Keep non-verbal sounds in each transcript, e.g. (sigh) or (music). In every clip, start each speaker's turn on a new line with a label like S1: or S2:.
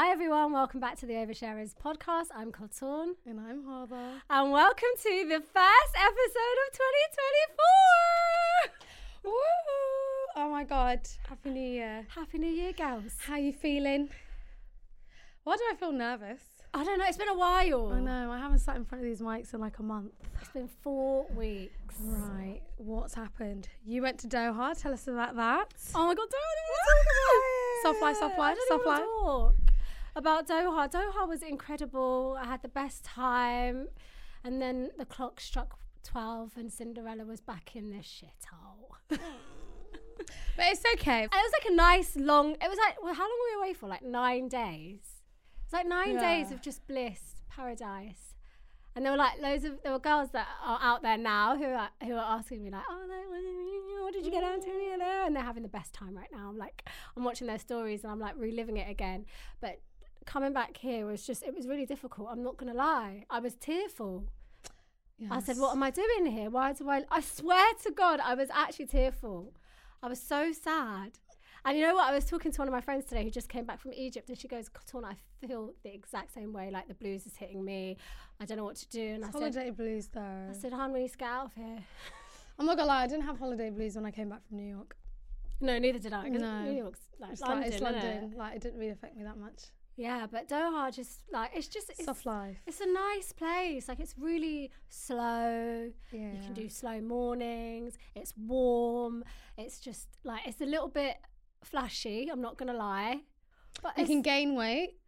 S1: Hi everyone, welcome back to the Oversharers podcast. I'm Cotton,
S2: And I'm Harbour.
S1: and welcome to the first episode of 2024.
S2: Woo! Oh my god. Happy New Year.
S1: Happy New Year, gals.
S2: How you feeling? Why do I feel nervous?
S1: I don't know, it's been a while.
S2: I know, I haven't sat in front of these mics in like a month.
S1: It's been four weeks.
S2: Right, what's happened? You went to Doha, tell us about that.
S1: Oh my god,
S2: We'll
S1: don't
S2: talk about it. Soft life, soft life, soft life.
S1: About Doha. Doha was incredible. I had the best time. And then the clock struck 12 and Cinderella was back in the shithole.
S2: (laughs)
S1: it
S2: But it's okay.
S1: was like a nice long, it was like, well, how long were we away for? Like nine days. It's like nine days
S2: Yeah.
S1: of just bliss, paradise. And there were like loads of, there were girls that are out there now who are, who are asking me like, oh, like, what did you- what did you get out to? And they're having the best time right now. I'm like, I'm watching their stories and I'm like reliving it again. But coming back here was just, it was really difficult. I'm not going to lie. I was tearful. I said, "What am I doing here? Why do I?" I swear to God, I was actually tearful. I was so sad. And you know what? I was talking to one of my friends today who just came back from Egypt, and she goes, "Katon, I feel the exact same way. Like the blues is hitting me. I don't know what to do." And I said,
S2: Holiday blues though.
S1: "I said, hon, we need to get out of here."
S2: I'm not gonna lie, I didn't have holiday blues when I came back from New York.
S1: No, neither did I. 'cause
S2: No.
S1: New York's like
S2: It's
S1: London.
S2: like it's
S1: innit?
S2: London. Like it didn't really affect me that much.
S1: Yeah, but Doha just like it's just it's,
S2: Soft life.
S1: It's a nice place. Like it's really slow. You
S2: Yeah.
S1: can do slow mornings. It's warm. It's just like it's a little bit flashy. I'm not gonna lie, but
S2: You
S1: it's
S2: can gain weight. (laughs)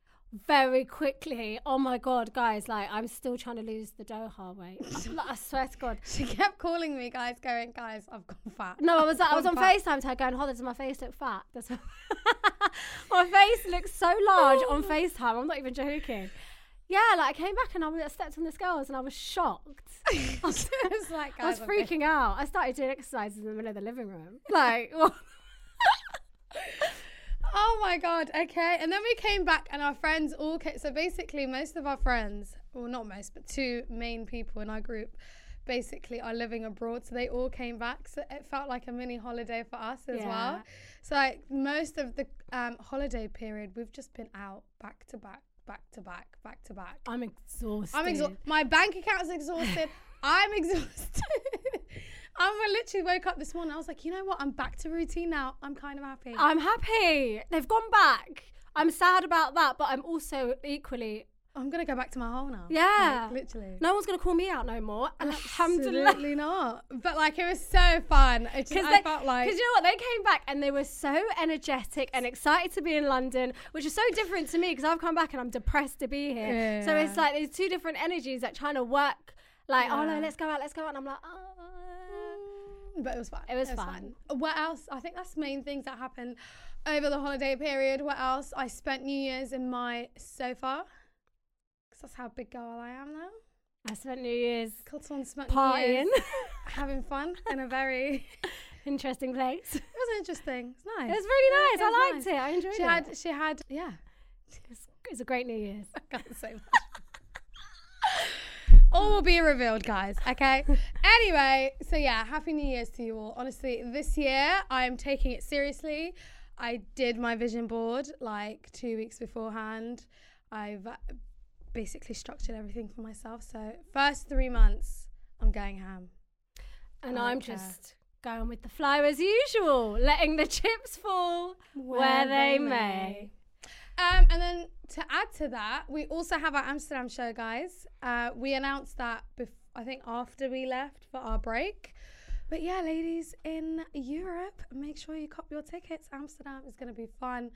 S1: very quickly. Oh my god, guys! Like I'm still trying to lose the Doha weight. like, I swear to God.
S2: She kept calling me, guys, going, guys, I've gone fat. (laughs)
S1: No, I was
S2: I've
S1: I was on
S2: gone fat."
S1: FaceTime to her going, "Hold on, does my (laughs) face look fat?" That's my face looks so large
S2: (laughs)
S1: on FaceTime. I'm not even joking. Yeah, like I came back and I was- I stepped on the scales and I was
S2: (laughs)
S1: shocked. I was,
S2: I
S1: I
S2: was like,
S1: was
S2: "Guys, I'm going
S1: freaking out. I started doing exercises in the middle of the living room.
S2: (laughs)
S1: Like, what?
S2: Oh my god, okay. And then we came back and our friends all came so basically most of our friends, well not most, but two main people in our group basically are living abroad. So they all came back. So it felt like a mini holiday for us as
S1: Yeah.
S2: well. So like most of the um, holiday period we've just been out back to back, back to back, back to back.
S1: I'm exhausted.
S2: I'm exhausted. My bank
S1: (laughs)
S2: account's exhausted. I'm exhausted. (laughs) I literally woke up this morning. I was like, you know what? I'm back to routine now. I'm kind of happy.
S1: I'm happy. They've gone back. I'm sad about that, but I'm also equally.
S2: I'm gonna go back to my hole now.
S1: Yeah.
S2: Like, literally.
S1: No one's going to call me out no more. Alhamdulillah. (laughs)
S2: absolutely not. But like, it was so fun. It just,
S1: Because
S2: I felt like
S1: you know what? They came back and they were so energetic and excited to be in London, which is so different to me because I've come back and I'm depressed to be here. So it's
S2: Yeah.
S1: like there's two different energies that trying to work. Like, oh no,
S2: Yeah. Mm.
S1: let's go out, let's go out. And I'm like, oh.
S2: but it was fun.
S1: It was fun.
S2: What else? I think that's the main things that happened over the holiday period. What else? I spent New Year's in my sofa. Cause that's how big girl I am now.
S1: I spent New Year's
S2: Colton spent New
S1: partying. (laughs)
S2: Year's (laughs) having fun in a very.
S1: Interesting place. It
S2: It was interesting. It's nice.
S1: was really nice.
S2: Yeah,
S1: I
S2: it was
S1: liked
S2: nice.
S1: it. I enjoyed
S2: She
S1: it.
S2: had. She had. Yeah.
S1: It's, it's a great New Year's.
S2: (laughs) I can't say (laughs) all will be revealed, guys. (laughs) Okay. anyway, so yeah, happy New Year's to you all. Honestly, this year I am taking it seriously. I did my vision board like two weeks beforehand. I've uh, basically structured everything for myself. So first three months, I'm going ham.
S1: And
S2: I
S1: I'm
S2: don't care.
S1: just going with the flow as usual, letting the chips fall where, they, may.
S2: Um, and then to add to that, we also have our Amsterdam show, guys. Uh, we announced that bef- I think after we left for our break. But yeah, ladies in Europe, make sure you cop your tickets. Amsterdam is going to be fun.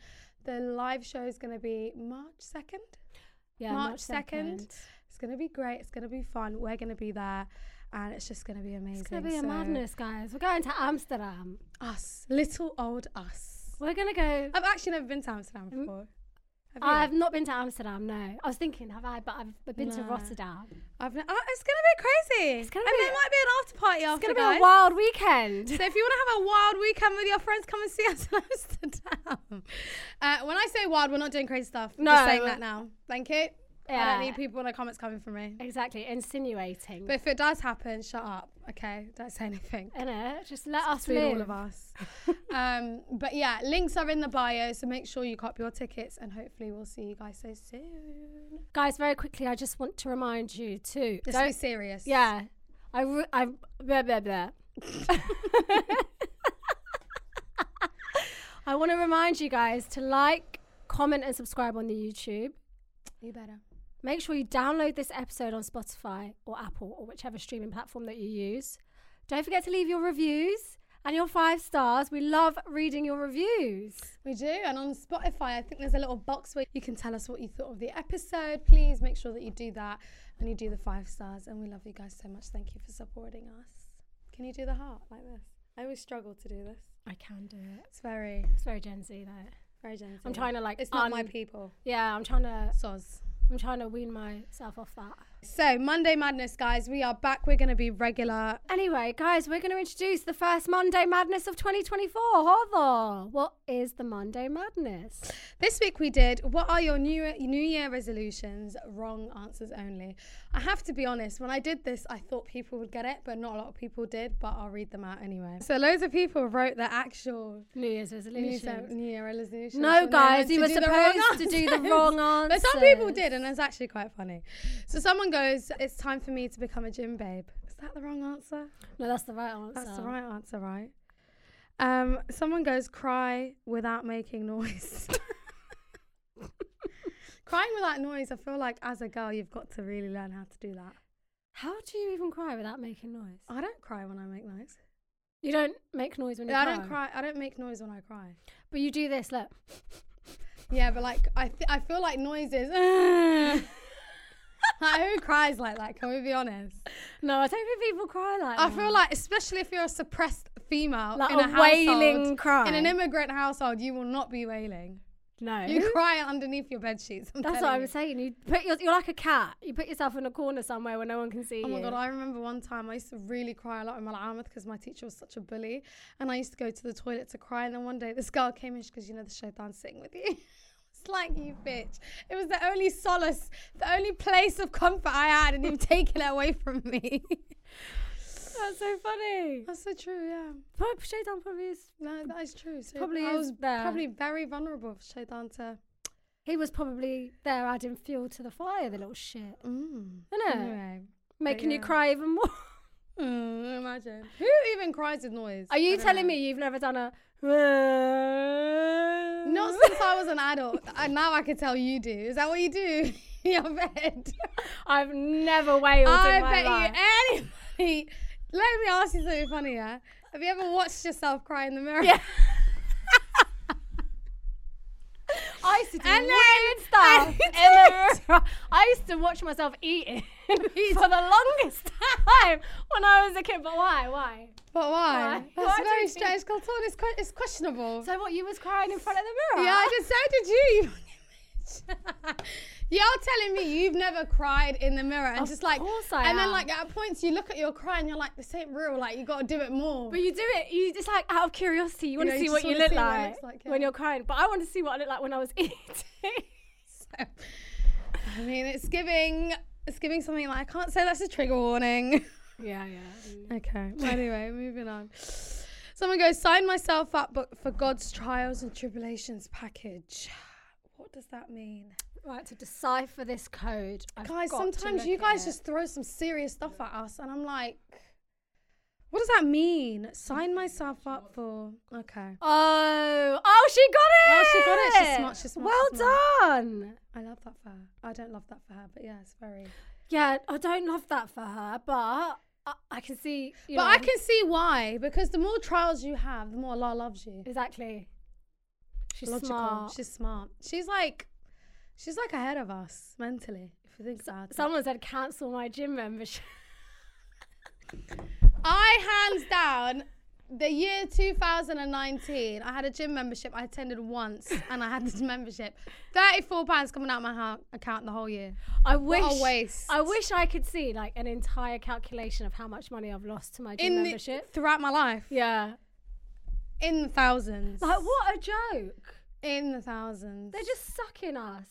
S2: The live show is going to be March 2nd.
S1: Yeah,
S2: March 2nd. It's going to be great. It's going to be fun. We're going to be there. And it's just going to be amazing.
S1: It's going to be a
S2: So,
S1: madness, guys. We're going to Amsterdam.
S2: Us, little old us.
S1: We're gonna go.
S2: I've actually never been to Amsterdam before. Have you?
S1: I've not been to Amsterdam. No, I was thinking, have I? But I've, I've been to
S2: No.
S1: Rotterdam.
S2: I've ne- oh, it's gonna be crazy.
S1: It's gonna
S2: and
S1: be-
S2: there might be an after party
S1: It's
S2: after.
S1: gonna be
S2: guys.
S1: a wild weekend. (laughs)
S2: (laughs) So if you want to have a wild weekend with your friends, come and see us in (laughs) Amsterdam. Uh, when I say wild, we're not doing crazy stuff. I'm just
S1: No.
S2: saying that now. Thank you. I
S1: Yeah.
S2: don't need people in the comments coming for me.
S1: exactly, insinuating.
S2: But if it does happen, shut up. Okay, don't say anything.
S1: In it, just let us
S2: Between
S1: live.
S2: all of us. um, but yeah, links are in the bio, so make sure you cop your tickets, and hopefully we'll see you guys so soon.
S1: Guys, very quickly, I just want to remind you too.
S2: Just be
S1: don't-
S2: serious.
S1: yeah, I, re- I, blah, blah, blah. (laughs) I want to remind you guys to like, comment, and subscribe on the YouTube.
S2: you better.
S1: Make sure you download this episode on Spotify or Apple or whichever streaming platform that you use. Don't forget to leave your reviews and your five stars. We love reading your reviews.
S2: We do, and on Spotify, I think there's a little box where you can tell us what you thought of the episode. Please make sure that you do that and you do the five stars. And we love you guys so much. Thank you for supporting us. Can you do the heart like this? I always struggle to do this.
S1: I can do it.
S2: It's very,
S1: It's very Gen Z though.
S2: very gentle.
S1: I'm trying to like.
S2: It's not my
S1: un-
S2: people.
S1: Yeah, I'm trying to.
S2: Soz.
S1: I'm trying to wean myself off that.
S2: So Monday Madness, guys, we are back. We're gonna be regular.
S1: Anyway, guys, we're going to introduce the first Monday Madness of 2024. Hold on. What is the Monday Madness?
S2: This week we did what are your new new year resolutions? Wrong answers only. I have to be honest, when I did this I thought people would get it, but not a lot of people did, but I'll read them out anyway. So loads of people wrote their actual
S1: New Year's
S2: new,
S1: resolution.
S2: se- new year resolutions.
S1: No,
S2: and they went
S1: guys, you
S2: to
S1: were
S2: do the wrong
S1: supposed to do the
S2: answers.
S1: wrong
S2: (laughs) But some people
S1: answers.
S2: did and it's actually quite funny. So someone goes, "It's time for me to become a gym babe." Is that the wrong answer?
S1: No, that's the right answer.
S2: That's the right (laughs) answer, right? Um, someone goes cry without making noise. Crying without noise, I feel like as a girl, you've got to really learn how to do that.
S1: How do you even cry without making noise?
S2: I don't cry when I make noise.
S1: You don't make noise when you
S2: I
S1: cry.
S2: don't cry. I don't make noise when I cry.
S1: But you do this, look.
S2: Yeah, but like I, th- I feel like noises. (laughs) like who cries like that? Can we be honest?
S1: No, I don't think people cry like
S2: I
S1: that.
S2: feel like, especially if you're a suppressed female
S1: Like
S2: in
S1: a
S2: a, household,
S1: wailing cry.
S2: in an immigrant household, you will not be wailing.
S1: No.
S2: You cry underneath your bed sheets. I'm
S1: That's
S2: telling
S1: what I
S2: you.
S1: was saying. You put your, you're like a cat. You put yourself in a corner somewhere where no one can see
S2: Oh
S1: you.
S2: my god! I remember one time I used to really cry a lot in Malamath because my teacher was such a bully, and I used to go to the toilet to cry. And then one day this girl came in because you know the showdown sitting with you. (laughs) It's like you bitch. It was the only solace, the only place of comfort I had, (laughs) and you've taken it away from me. (laughs)
S1: That's so funny.
S2: That's so true. Yeah,
S1: Prob- Showdown probably is.
S2: no, that is true. So
S1: Probably
S2: I
S1: is
S2: was
S1: there.
S2: probably very vulnerable for showdown to.
S1: He was probably there adding fuel to the fire, the little shit.
S2: Mm.
S1: Isn't it?
S2: Anyway,
S1: Making you
S2: yeah.
S1: cry even (laughs) more.
S2: Mm, imagine who even cries with noise.
S1: Are
S2: I
S1: you
S2: don't
S1: telling
S2: know.
S1: me you've never done a. Not (laughs)
S2: Not since I was an adult. And now I can tell you do. Is that what you do (laughs) in your bed?
S1: I've never wailed
S2: I
S1: in my
S2: bet
S1: life.
S2: you anybody. Let me ask you something funny, yeah? Have you ever watched yourself cry in the mirror?
S1: Yeah. I used to do
S2: And then-
S1: weird (laughs) stuff
S2: and
S1: in
S2: you
S1: the mirror. (laughs) I used to watch myself eating (laughs) for the longest (laughs) time when I was a kid. But why? Why?
S2: But why?
S1: Why?
S2: That's
S1: Why do
S2: very
S1: you
S2: strange. It's, called- it's, que- it's questionable.
S1: So what? You was crying in front of the mirror?
S2: yeah, I just so did you. (laughs) You're telling me you've never cried in the mirror and
S1: Of
S2: just like,
S1: course I
S2: and then
S1: have.
S2: like at points you look at your cry and you're like, this ain't real. Like you gotta do it more.
S1: But you do it. You just like out of curiosity. You want
S2: know,
S1: to
S2: you
S1: see
S2: just
S1: what you
S2: wanna
S1: look
S2: see what it
S1: like,
S2: looks like,
S1: when
S2: yeah.
S1: you're crying. But I want to see what I look like when I was (laughs) eating.
S2: So, I mean, it's giving it's giving something like I can't say that's a trigger warning. (laughs)
S1: yeah, yeah.
S2: Okay. Well, anyway, moving on. Someone goes sign myself up, but for God's trials and tribulations package. What does that mean,
S1: Right to decipher this code, I've
S2: guys?
S1: got to
S2: Sometimes
S1: look
S2: you
S1: at
S2: guys
S1: it.
S2: just throw some serious stuff at us, and I'm like, what does that mean? Sign myself up for? Okay.
S1: Oh, oh, she got it.
S2: Oh, she got it. She's smart, she's smart,
S1: Well
S2: she's smart.
S1: done.
S2: I love that for her. I don't love that for her, but yeah, it's very.
S1: Yeah, I don't love that for her, but I, I can see. You
S2: But
S1: know,
S2: I can see why, because the more trials you have, the more Allah loves you.
S1: exactly.
S2: Mm.
S1: She's
S2: logical.
S1: smart.
S2: She's smart. She's like, she's like ahead of us mentally. If you think about it.
S1: Someone said cancel my gym membership.
S2: I hands down the year 2019, I had a gym membership I attended once, and I had this (laughs) membership. £34 coming out of my ha- account the whole year.
S1: (laughs) I wish
S2: waste.
S1: I wish I could see like an entire calculation of how much money I've lost to my gym
S2: In the,
S1: membership.
S2: throughout my life.
S1: yeah.
S2: In the thousands.
S1: Like what a joke.
S2: In the thousands.
S1: They're just sucking us.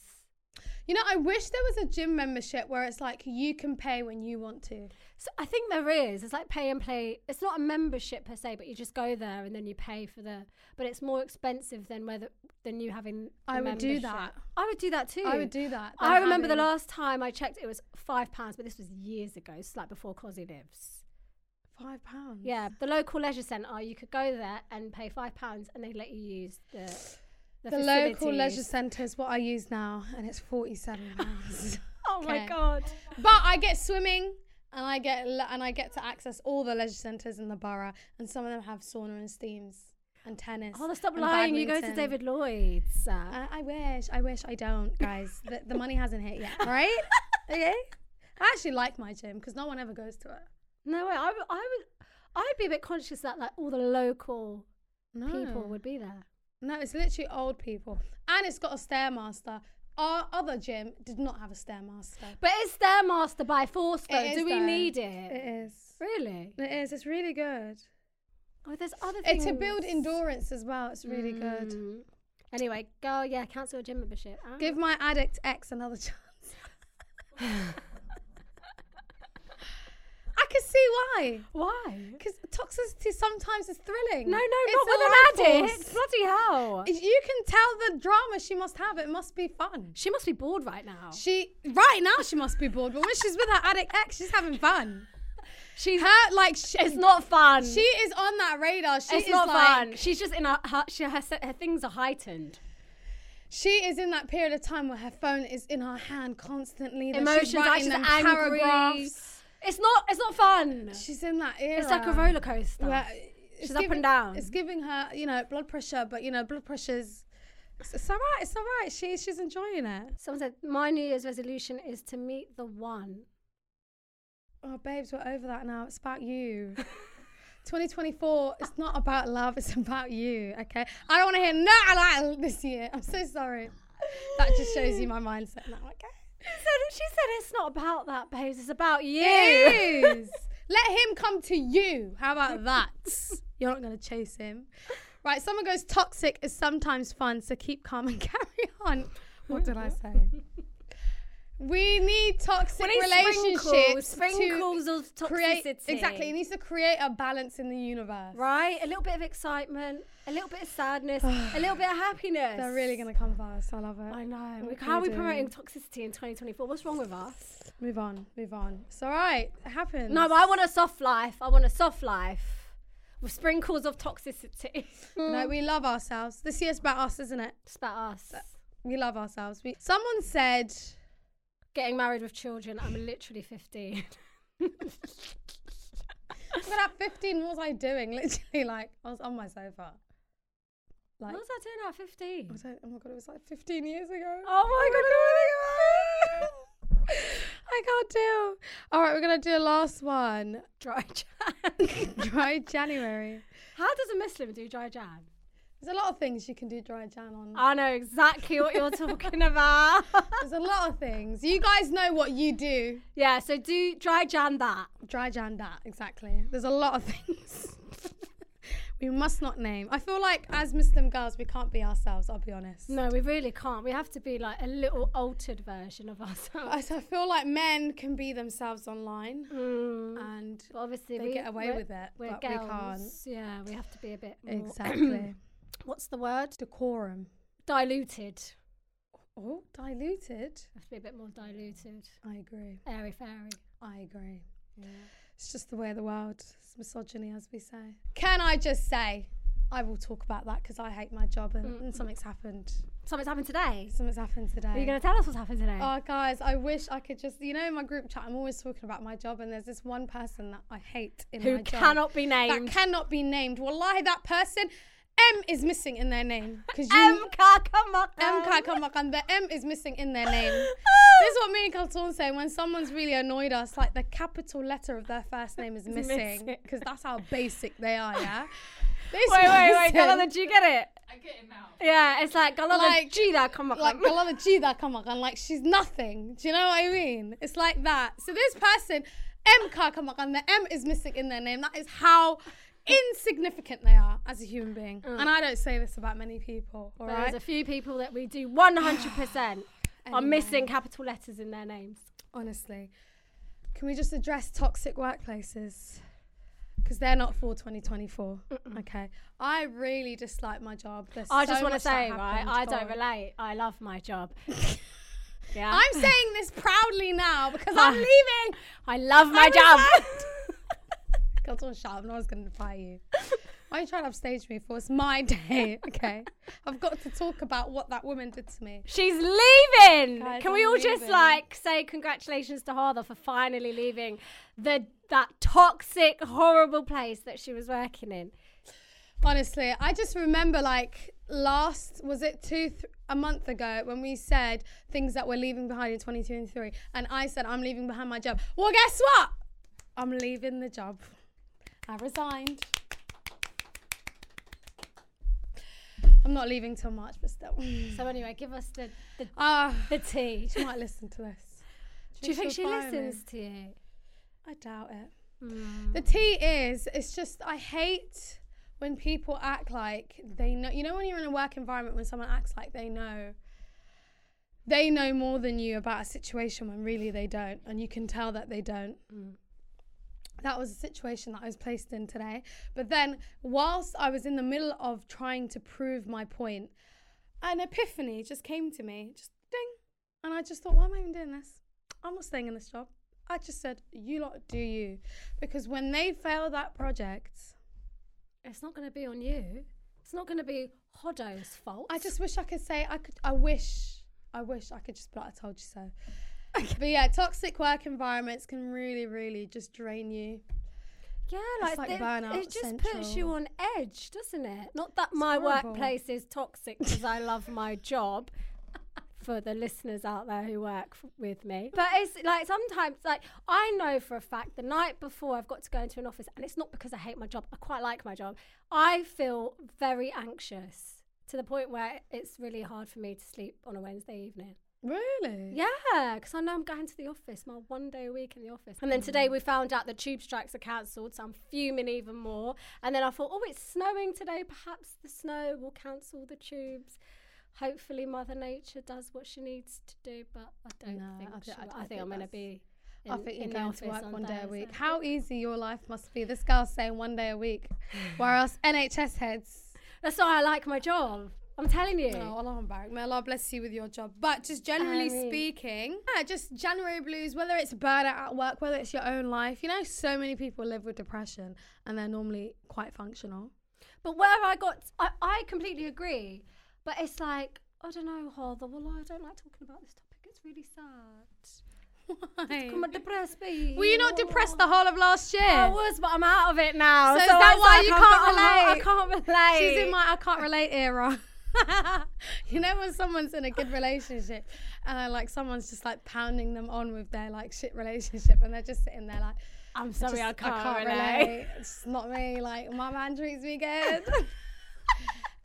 S2: You know, I wish there was a gym membership where it's like you can pay when you want to.
S1: So I think there is. It's like pay and play. It's not a membership per se, but you just go there and then you pay for the. But it's more expensive than whether than you having. a
S2: I would do
S1: membership.
S2: that.
S1: I would do that too.
S2: I would do that
S1: I
S2: than
S1: remember the
S2: having-
S1: last time I checked, it was five pounds, but this was years ago. It's like before Cosy lives.
S2: Five pounds.
S1: Yeah, the local leisure centre. You could go there and pay five pounds, and they let you use the the,
S2: The local
S1: facilities.
S2: leisure centre is what I use now, and it's forty-seven
S1: (laughs)
S2: pounds.
S1: Oh my
S2: Okay.
S1: god!
S2: but I get swimming, and I get le- and I get to access all the leisure centres in the borough, and some of them have sauna and steams and tennis.
S1: Oh, stop
S2: and
S1: lying. You go to
S2: badminton.
S1: David Lloyd's. Uh,
S2: I, I wish. I wish I don't, guys. the, the money hasn't
S1: (laughs)
S2: hit yet. All right. okay. I actually like my gym because no one ever goes to it.
S1: no way. I would. I would. I'd be a bit conscious that like all the local
S2: No.
S1: people would be there.
S2: No, it's literally old people. And it's got a stairmaster. Our other gym did not have a stairmaster.
S1: But it's their master by force, though.
S2: It is
S1: Do we
S2: though.
S1: need it?
S2: It is.
S1: Really?
S2: It is. It's really good.
S1: Oh, there's other
S2: It,
S1: things.
S2: to build endurance as well. It's really good.
S1: Mm. Anyway, girl, yeah, cancel your gym membership. Ah.
S2: Give my addict ex another
S1: (laughs)
S2: chance. I can see why.
S1: Why?
S2: Because toxicity sometimes is thrilling.
S1: No, no,
S2: It's
S1: not
S2: a
S1: with an
S2: life
S1: addict.
S2: force.
S1: Bloody hell.
S2: You can tell the drama she must have. It must be fun.
S1: She must be bored right now.
S2: She right now she must be bored, but when she's with her addict ex, she's having fun.
S1: She's
S2: Her like she,
S1: It's not fun.
S2: She is on that radar. She
S1: it's
S2: is
S1: not
S2: like,
S1: fun. She's just in her, her, she, her, se- her things are heightened.
S2: She is in that period of time where her phone is in her hand constantly. that
S1: Emotions,
S2: she's
S1: like,
S2: writing
S1: she's
S2: them
S1: angry.
S2: paragraphs.
S1: It's not. It's not fun.
S2: She's in that era.
S1: it's like a roller coaster.
S2: where it's
S1: She's up and
S2: giving-
S1: down.
S2: It's giving her, you know, blood pressure, but you know, blood pressure's. It's, it's all right. It's all right. She she's enjoying it.
S1: Someone said my New Year's resolution is to meet the one.
S2: Oh, babes, we're over that now. It's
S1: (laughs)
S2: about you. 2024, it's not about love, it's about you, okay? I don't want to hear no I like this year. I'm so sorry. That just shows you my mindset now, okay?
S1: She said, she said it's not about that, babes. It's about you. (laughs)
S2: Yes. Let him come to you. How about that? (laughs) You're not going to chase him. Right, someone goes toxic is sometimes fun, so keep calm and (laughs) carry on. What did I say? We need toxic
S1: We need sprinkles,
S2: relationships.
S1: sprinkles
S2: to
S1: of
S2: create
S1: toxicity.
S2: exactly. It needs to create a balance in the universe.
S1: Right, a little bit of excitement, a little bit of sadness, (sighs) a little bit of happiness.
S2: They're really gonna come fast. I love it.
S1: I know.
S2: What can
S1: How are
S2: you
S1: we
S2: do?
S1: promoting toxicity in 2024? What's wrong with us?
S2: Move on. Move on. It's all right. It happens.
S1: No, but I want a soft life. I want a soft life with sprinkles of (laughs) toxicity.
S2: no. We love ourselves. This year's about us, isn't it?
S1: It's about us.
S2: We love ourselves. We. Someone said.
S1: Getting married with children. I'm literally 15.
S2: Look at that 15. What was I doing? (laughs) Literally, like, I was on my sofa. Like,
S1: what was I doing at 15?
S2: I don't, oh my god, it was like 15 years ago.
S1: Oh my god.
S2: (laughs) I can't do. All right, we're gonna do a last one.
S1: Dry (laughs) Jan.
S2: (laughs) Dry January.
S1: How does a Muslim do dry Jan?
S2: There's a lot of things you can do dry Jan on.
S1: (laughs) I know exactly what you're
S2: (laughs)
S1: talking about. (laughs)
S2: There's a lot of things. You guys know what you do.
S1: yeah, so do dry Jan that.
S2: Dry Jan that, exactly. There's a lot of (laughs) things. we must not name. I feel like as Muslim girls, we can't be ourselves, I'll be honest.
S1: No, we really can't. We have to be like a little altered version of ourselves.
S2: (laughs) I, I feel like men can be themselves online and
S1: But obviously,
S2: Mm. They
S1: we
S2: get away
S1: we're-
S2: with it,
S1: We're
S2: but we
S1: girls.
S2: can't.
S1: Yeah, we have to be a bit more.
S2: (clears throat) exactly
S1: What's the word?
S2: decorum.
S1: (coughs) Diluted.
S2: Oh, diluted.
S1: We have to be a bit more diluted.
S2: I agree.
S1: Airy fairy.
S2: I agree. It's just the way of the world. It's misogyny, as we say. Can I just say, I will talk about that because I hate my job and, and something's happened.
S1: Something's happened today.
S2: Something's happened today.
S1: Are you going to tell us what's happened today?
S2: Oh, guys, I wish I could just, you know, in my group chat, I'm always talking about my job, and there's this one person that I hate in
S1: Who
S2: my job
S1: cannot be named.
S2: That cannot be named. Wallahi, that person, M is missing in their name. Because you.
S1: MK, come on.
S2: M can't come back and the M is missing in
S1: (laughs)
S2: their name. this is what me and Kalton say when someone's really annoyed us, like the capital letter of their first name is missing.
S1: missing.
S2: Because that's how basic they are,
S1: (laughs)
S2: yeah? This (laughs)
S1: Wait, wait, wait.
S2: person-
S1: Galala, do you get it? I get it now. Yeah, it's like Galala,
S2: Like-
S1: like, Gila, come on.
S2: like a (laughs) lot of G that come up and like she's nothing. Do you know what I mean? It's like that. So this person, M Ka come up and the M is missing in their name. That is how insignificant they are as a human being. And I don't say this about many people. All
S1: There's
S2: right.
S1: Mm. a few people that we do
S2: (sighs)
S1: 100% are missing capital letters in their names.
S2: Honestly, can we just address toxic workplaces? Because they're not for 2024. Okay. I really dislike my job. There's
S1: I just
S2: so
S1: want to
S2: much that
S1: say, right,
S2: happened.
S1: I
S2: Go on.
S1: don't relate. I love my
S2: (laughs)
S1: job. yeah.
S2: I'm saying this proudly now
S1: (laughs)
S2: because I'm leaving.
S1: I
S2: (laughs)
S1: love my
S2: I'm
S1: job.
S2: God, someone shut up. No one's going to fire you. Why are you trying to upstage me for? It's my (laughs) day, okay? I've got to talk about what that woman did to me.
S1: She's leaving.
S2: Guys,
S1: Can we
S2: I'm
S1: all just
S2: leaving.
S1: like say congratulations to Hartha for finally leaving the that toxic, horrible place that she was working in?
S2: Honestly, I just remember like last, was it two, th- a month ago when we said things that we're leaving behind in 2023. And I said, I'm leaving behind my job. Well, guess what? I'm leaving the job. I resigned. I'm not leaving till March, but still. (laughs)
S1: So anyway, give us the the,
S2: Ah,
S1: the tea.
S2: she might listen to this.
S1: Do you think she
S2: she'll fire me?
S1: listens to you?
S2: I doubt it. The tea is, it's just, I hate when people act like they know. You know, when you're in a work environment, when someone acts like they know, they know more than you about a situation when really they don't, and you can tell that they don't. That was a situation that I was placed in today. But then, whilst I was in the middle of trying to prove my point, an epiphany just came to me, just ding. And I just thought, why am I even doing this? I'm not staying in this job. I just said, you lot do you. Because when they fail that project,
S1: It's not going to be on you. It's not going to be Hoddo's fault.
S2: I just wish I could say, I could, I wish, I wish I could just be like, I told you so. But yeah, toxic work environments can really, really just drain you.
S1: yeah,
S2: it's
S1: like,
S2: like
S1: it,
S2: burnout
S1: it just puts
S2: central.
S1: you on edge, doesn't it? Not that my
S2: horrible.
S1: workplace is toxic because I love my (laughs) job. For the listeners out there who work f- with me, but it's like sometimes, like I know for a fact, the night before I've got to go into an office, and it's not because I hate my job. I quite like my job. I feel very anxious to the point where it's really hard for me to sleep on a Wednesday evening.
S2: Really?
S1: Yeah, because I know I'm going to the office, my one day a week in the office. And then
S2: Mm.
S1: today we found out the tube strikes are cancelled, so I'm fuming even more. And then I thought, oh, it's snowing today. Perhaps the snow will cancel the tubes. Hopefully, Mother Nature does what she needs to do, but I don't
S2: No,
S1: think
S2: I
S1: I,
S2: thi- I
S1: I,
S2: don't think
S1: think I'm going to
S2: that's-
S1: be.
S2: I
S1: in-
S2: think you're
S1: in the
S2: going to
S1: office
S2: work one day a
S1: Thursday.
S2: week. How easy your life must be. This girl's saying one day
S1: (sighs)
S2: a week, whereas NHS heads.
S1: That's why I like my job. I'm telling you.
S2: Oh, Allah Mubarak. May Allah bless you with your job. But just generally
S1: Ameen.
S2: speaking, yeah, just January blues, whether it's burnout at work, whether it's your own life. You know, so many people live with depression and they're normally quite functional.
S1: But where I got, I, I completely agree. But it's like, I don't know, Harther. Well, I don't like talking about this topic. It's really sad. I'm a depressed baby.
S2: Were you not depressed the whole of last year?
S1: I was, but I'm out of it now.
S2: So is
S1: it's
S2: that
S1: like,
S2: why
S1: Oh, I
S2: you
S1: can't,
S2: can't
S1: relate? I can't relate.
S2: She's in my I can't relate era. (laughs) you know when someone's in a good relationship and they're like someone's just like pounding them on with their like shit relationship and they're just sitting there like
S1: I'm sorry,
S2: just-
S1: I, can't relate.
S2: It's not me. Like my man treats me good. (laughs)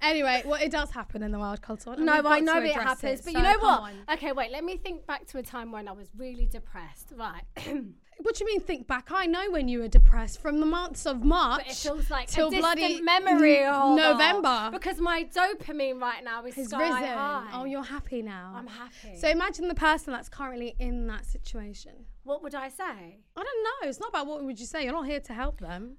S2: anyway, well, it does happen in the wild culture. and
S1: No,
S2: we've
S1: but I
S2: got
S1: know
S2: to
S1: it
S2: address
S1: happens.
S2: it,
S1: but
S2: so
S1: you know
S2: come
S1: what?
S2: on.
S1: Okay, wait. Let me think back to a time when I was really depressed. Right. (clears throat)
S2: What do you mean? Think back. I know when you were depressed from the months of March.
S1: It feels like
S2: till
S1: a distant
S2: bloody
S1: memory.
S2: n-
S1: Hold on.
S2: November.
S1: Because my dopamine right now is
S2: It's
S1: sky
S2: risen.
S1: high.
S2: Oh, you're happy now.
S1: I'm happy.
S2: So imagine the person that's currently in that situation.
S1: what would I say?
S2: I don't know. It's not about what would you say. You're not here to help them.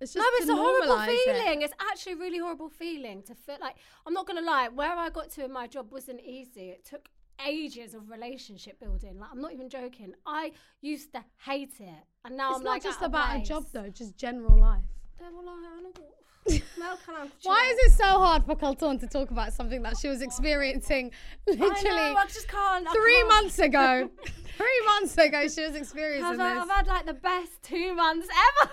S2: It's just
S1: No, it's
S2: to
S1: a horrible
S2: normalise it.
S1: feeling. It's actually a really horrible feeling to feel like I'm not gonna lie. Where I got to in my job wasn't easy. It took ages of relationship building. Like I'm not even joking. I used to hate it, and now
S2: It's
S1: I'm
S2: not
S1: like
S2: just
S1: at
S2: about a
S1: place.
S2: job though. Just general life.
S1: They're all like, I don't know.
S2: (laughs)
S1: Mel can I-
S2: Why is it so hard for Kalton to talk about something that she was experiencing
S1: I know,
S2: literally
S1: I just can't. I
S2: three
S1: can't.
S2: months
S1: (laughs)
S2: ago? three months ago, she was experiencing
S1: I've, I've
S2: this.
S1: had like the best two months ever.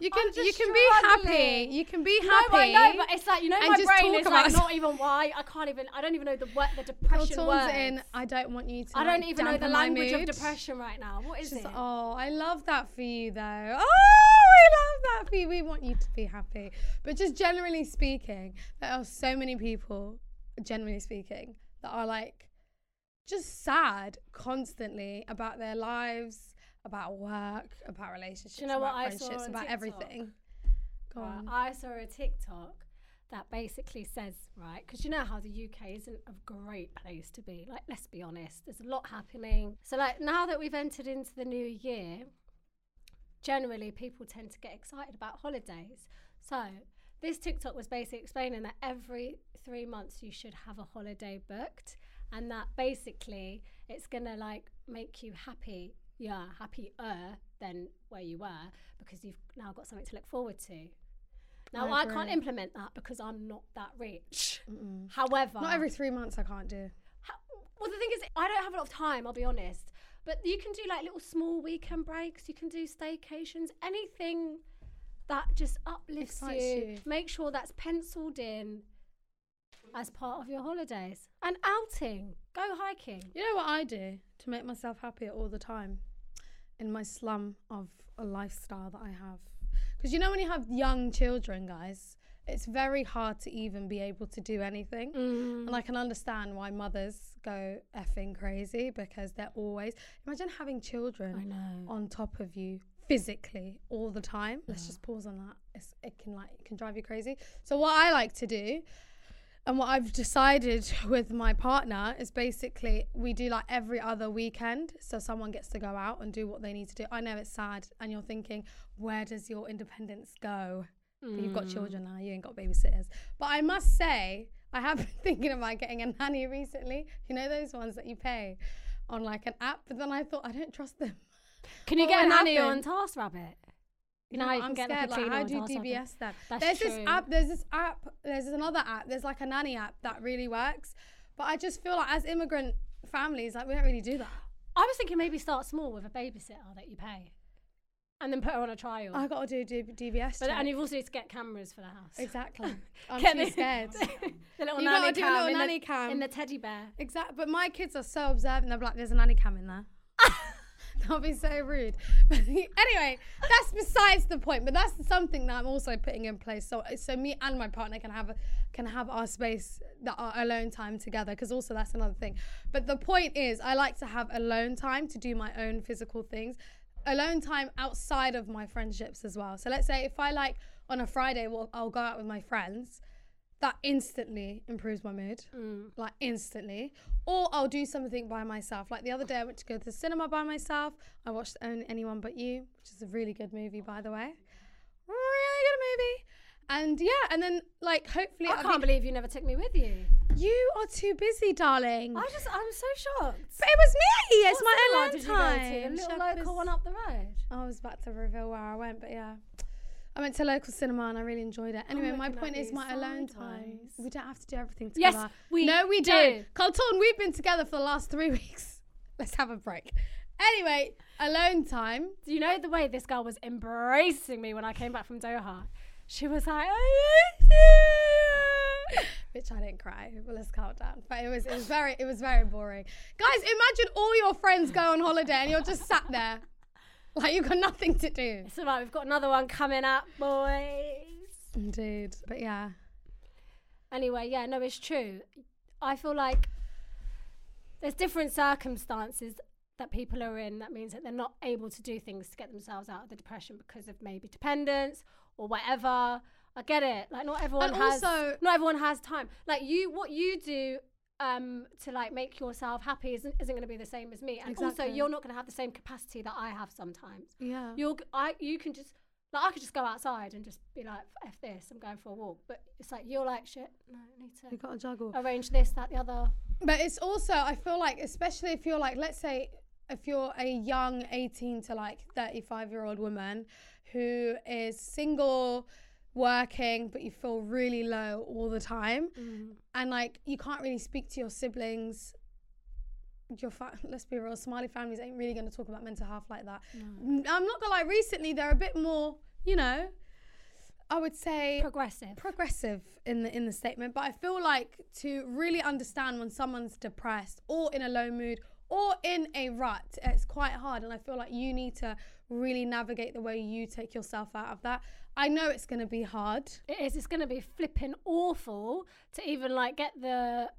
S2: You can
S1: just
S2: you can be happy.
S1: struggling.
S2: You can be
S1: (laughs) No, but
S2: happy.
S1: I know, but it's like you know,
S2: and
S1: my
S2: just
S1: brain
S2: talk
S1: is like
S2: about-
S1: not even why I can't even. I don't even know the word, the
S2: Your
S1: depression
S2: tongue's
S1: word.
S2: in. I don't want you to.
S1: I don't
S2: like,
S1: even know the
S2: dampen my
S1: language of
S2: mood."
S1: depression right now. What is
S2: She's
S1: it?
S2: like, oh, I love that for you though. Oh, we love that for you. We want you to be happy. But just generally speaking, there are so many people, generally speaking, that are like just sad constantly about their lives, about work, about relationships,
S1: know what
S2: about
S1: I saw
S2: friendships,
S1: on
S2: about
S1: TikTok? Uh,
S2: everything. Go
S1: Right,
S2: on.
S1: I saw a TikTok that basically says, right, because you know how the UK isn't a great place to be. Like, let's be honest, there's a lot happening. So, like, now that we've entered into the new year, generally people tend to get excited about holidays. So, this TikTok was basically explaining that every three months you should have a holiday booked, and that basically it's gonna like make you happy, yeah, happier than where you were because you've now got something to look forward to. Now
S2: I
S1: I, can't
S2: agree.
S1: implement that because I'm not that rich. However,
S2: Not every three months I can't do.
S1: how, well, the thing is, I don't have a lot of time. I'll be honest, but you can do like little small weekend breaks. You can do staycations. Anything that just uplifts you,
S2: Excites you.
S1: Make sure that's penciled in as part of your holidays. An outing. Go hiking.
S2: You know what I do to make myself happier all the time in my slum of a lifestyle that I have? Because you know, when you have young children, guys, it's very hard to even be able to do anything. And I can understand why mothers go effing crazy because they're always. Imagine having children
S1: know.
S2: on top of you physically all the time. Let's just pause on that. It's, it can like it can drive you crazy. So what I like to do and what I've decided (laughs) with my partner is basically we do like every other weekend. So someone gets to go out and do what they need to do. I know it's sad. And you're thinking, where does your independence go? You've got children now, you ain't got babysitters. But I must say, I have (laughs) been thinking about getting a nanny recently. You know, those ones that you pay on like an app. But then I thought, I don't trust them.
S1: Can you
S2: What
S1: get a
S2: would
S1: nanny
S2: happen?
S1: on TaskRabbit? You know, how you can
S2: I'm
S1: get
S2: scared.
S1: like a
S2: Like,
S1: cleaner
S2: how
S1: on
S2: do you
S1: TaskRabbit?
S2: DBS that?
S1: That's
S2: there's
S1: true.
S2: this app. There's this app. There's another app. There's like a nanny app that really works. But I just feel like as immigrant families, like we don't really do that.
S1: I was thinking maybe start small with a babysitter that you pay, and then put her on a trial.
S2: I got to do D- DBS.
S1: but,
S2: check.
S1: and you've also need to get cameras for the house. (laughs)
S2: exactly. I'm
S1: Get
S2: too
S1: the-
S2: scared.
S1: (laughs) the little
S2: You
S1: nanny
S2: gotta do a
S1: cam
S2: little
S1: in
S2: nanny
S1: the,
S2: cam.
S1: in the teddy bear.
S2: exactly. But my kids are so observant. They're like, "There's a nanny cam in there." (laughs) That'll be so rude. (laughs) But anyway, that's besides the point. But that's something that I'm also putting in place. So, so me and my partner can have can have our space, that our alone time together. Because also that's another thing. But the point is, I like to have alone time to do my own physical things, alone time outside of my friendships as well. So let's say if I like on a Friday, well, I'll go out with my friends. That instantly improves my mood,
S1: Mm.
S2: like instantly. Or I'll do something by myself. Like the other day, I went to go to the cinema by myself. I watched Only Anyone But You, which is a really good movie, by the way. Really good movie. And yeah, and then like hopefully
S1: I
S2: I'll
S1: can't
S2: be-
S1: believe you never took me with you.
S2: you are too busy, darling.
S1: I just, I'm so shocked.
S2: But it was me. It's
S1: What
S2: my
S1: cinema
S2: alone
S1: did you
S2: time.
S1: Go to? A
S2: Shut
S1: little
S2: up,
S1: local
S2: this-
S1: one up the road.
S2: I was about to reveal where I went, but yeah. I went to local cinema and I really enjoyed it. Anyway, my
S1: looking at
S2: point is
S1: you
S2: my alone time.
S1: sideways.
S2: We don't have to do everything
S1: Yes,
S2: together.
S1: we
S2: No, we
S1: do.
S2: don't. Colton, we've been together for the last three (laughs) weeks. Let's have a break. Anyway, alone time. (laughs)
S1: Do you know the way this girl was embracing me when I came back from Doha? She was like, "Oh, "I miss you."
S2: Which I didn't cry, but let's calm down. But it was it was very it was very boring. Guys, imagine all your friends go on holiday and you're just sat there. Like you've got nothing to do.
S1: It's all right. We've got another one coming up, boys.
S2: Indeed. But yeah.
S1: Anyway, yeah, no, it's true. I feel like there's different circumstances that people are in that means that they're not able to do things to get themselves out of the depression because of maybe dependence or whatever. I get it. Like not everyone
S2: And
S1: has
S2: also-
S1: not everyone has time. Like you what you do um to like make yourself happy isn't isn't going to be the same as me. And also
S2: Exactly.
S1: you're not going to have the same capacity that I have sometimes.
S2: Yeah.
S1: You're, g- I, you can just like I could just go outside and just be like, "F this, I'm going for a walk." But it's like you're like, "Shit, no, I need
S2: You've
S1: to
S2: got to juggle.
S1: arrange this, that, the other."
S2: But it's also, I feel like, especially if you're like, let's say, if you're a young 18 to like 35 year old woman who is single, working, but you feel really low all the time, and like you can't really speak to your siblings. Your fa- (laughs) let's be real, Somali families ain't really going to talk about mental health like that. Mm, I'm not gonna lie. Recently, they're a bit more you know, I would say
S1: Progressive.
S2: progressive in the in the statement, but I feel like to really understand when someone's depressed or in a low mood or in a rut, it's quite hard. And I feel like you need to really navigate the way you take yourself out of that. I know it's going to be hard.
S1: it is. It's going to be flipping awful to even like get the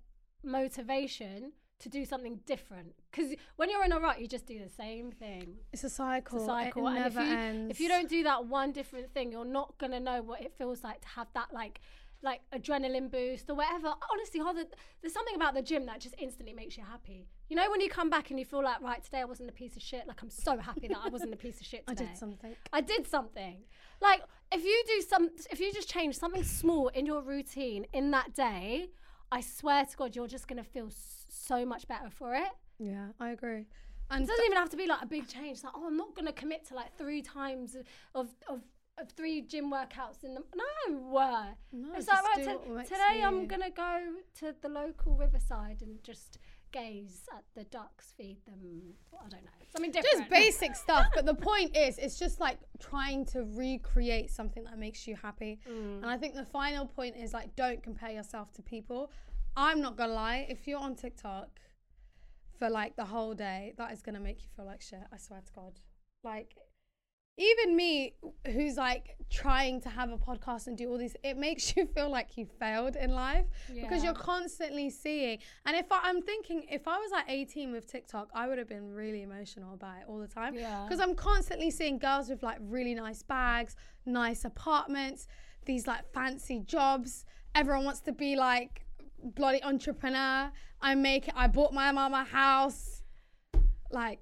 S1: motivation to do something different. Because when you're in a rut, you just do the same thing.
S2: It's a cycle.
S1: It's a
S2: cycle.
S1: cycle.
S2: It
S1: and if
S2: never
S1: you,
S2: ends.
S1: if you don't do that one different thing, you're not gonna know what it feels like to have that like like adrenaline boost or whatever. Honestly, how the, there's something about the gym that just instantly makes you happy. You know when you come back and you feel like right today I wasn't a piece of shit. Like I'm so happy that I wasn't a piece of shit
S2: (laughs) I
S1: today.
S2: did something.
S1: I did something. Like if you do some, if you just change something small in your routine in that day, I swear to God, you're just gonna feel s- so much better for it.
S2: Yeah, I agree. And
S1: It doesn't even have to be like a big change. It's like, oh, I'm not going to commit to like three times of of, of three gym workouts in the no. uh,
S2: No,
S1: it's like
S2: just
S1: right
S2: do what
S1: to,
S2: works
S1: today.
S2: for
S1: I'm
S2: you.
S1: going to go to the local riverside and just gaze at the ducks, feed them. I don't know something different.
S2: just basic stuff but the point is it's just like trying to recreate something that makes you happy and i think the final point is like don't compare yourself to people i'm not gonna lie if you're on tiktok for like the whole day that is gonna make you feel like shit i swear to god like even me who's like trying to have a podcast and do all these it makes (laughs) you feel like you failed in life
S1: Yeah.
S2: because you're constantly seeing and if I, i'm thinking if i was like 18 with tiktok i would have been really emotional about it all the time
S1: Yeah.
S2: because i'm constantly seeing girls with like really nice bags nice apartments these like fancy jobs everyone wants to be like bloody entrepreneur i make it i bought my mum a house like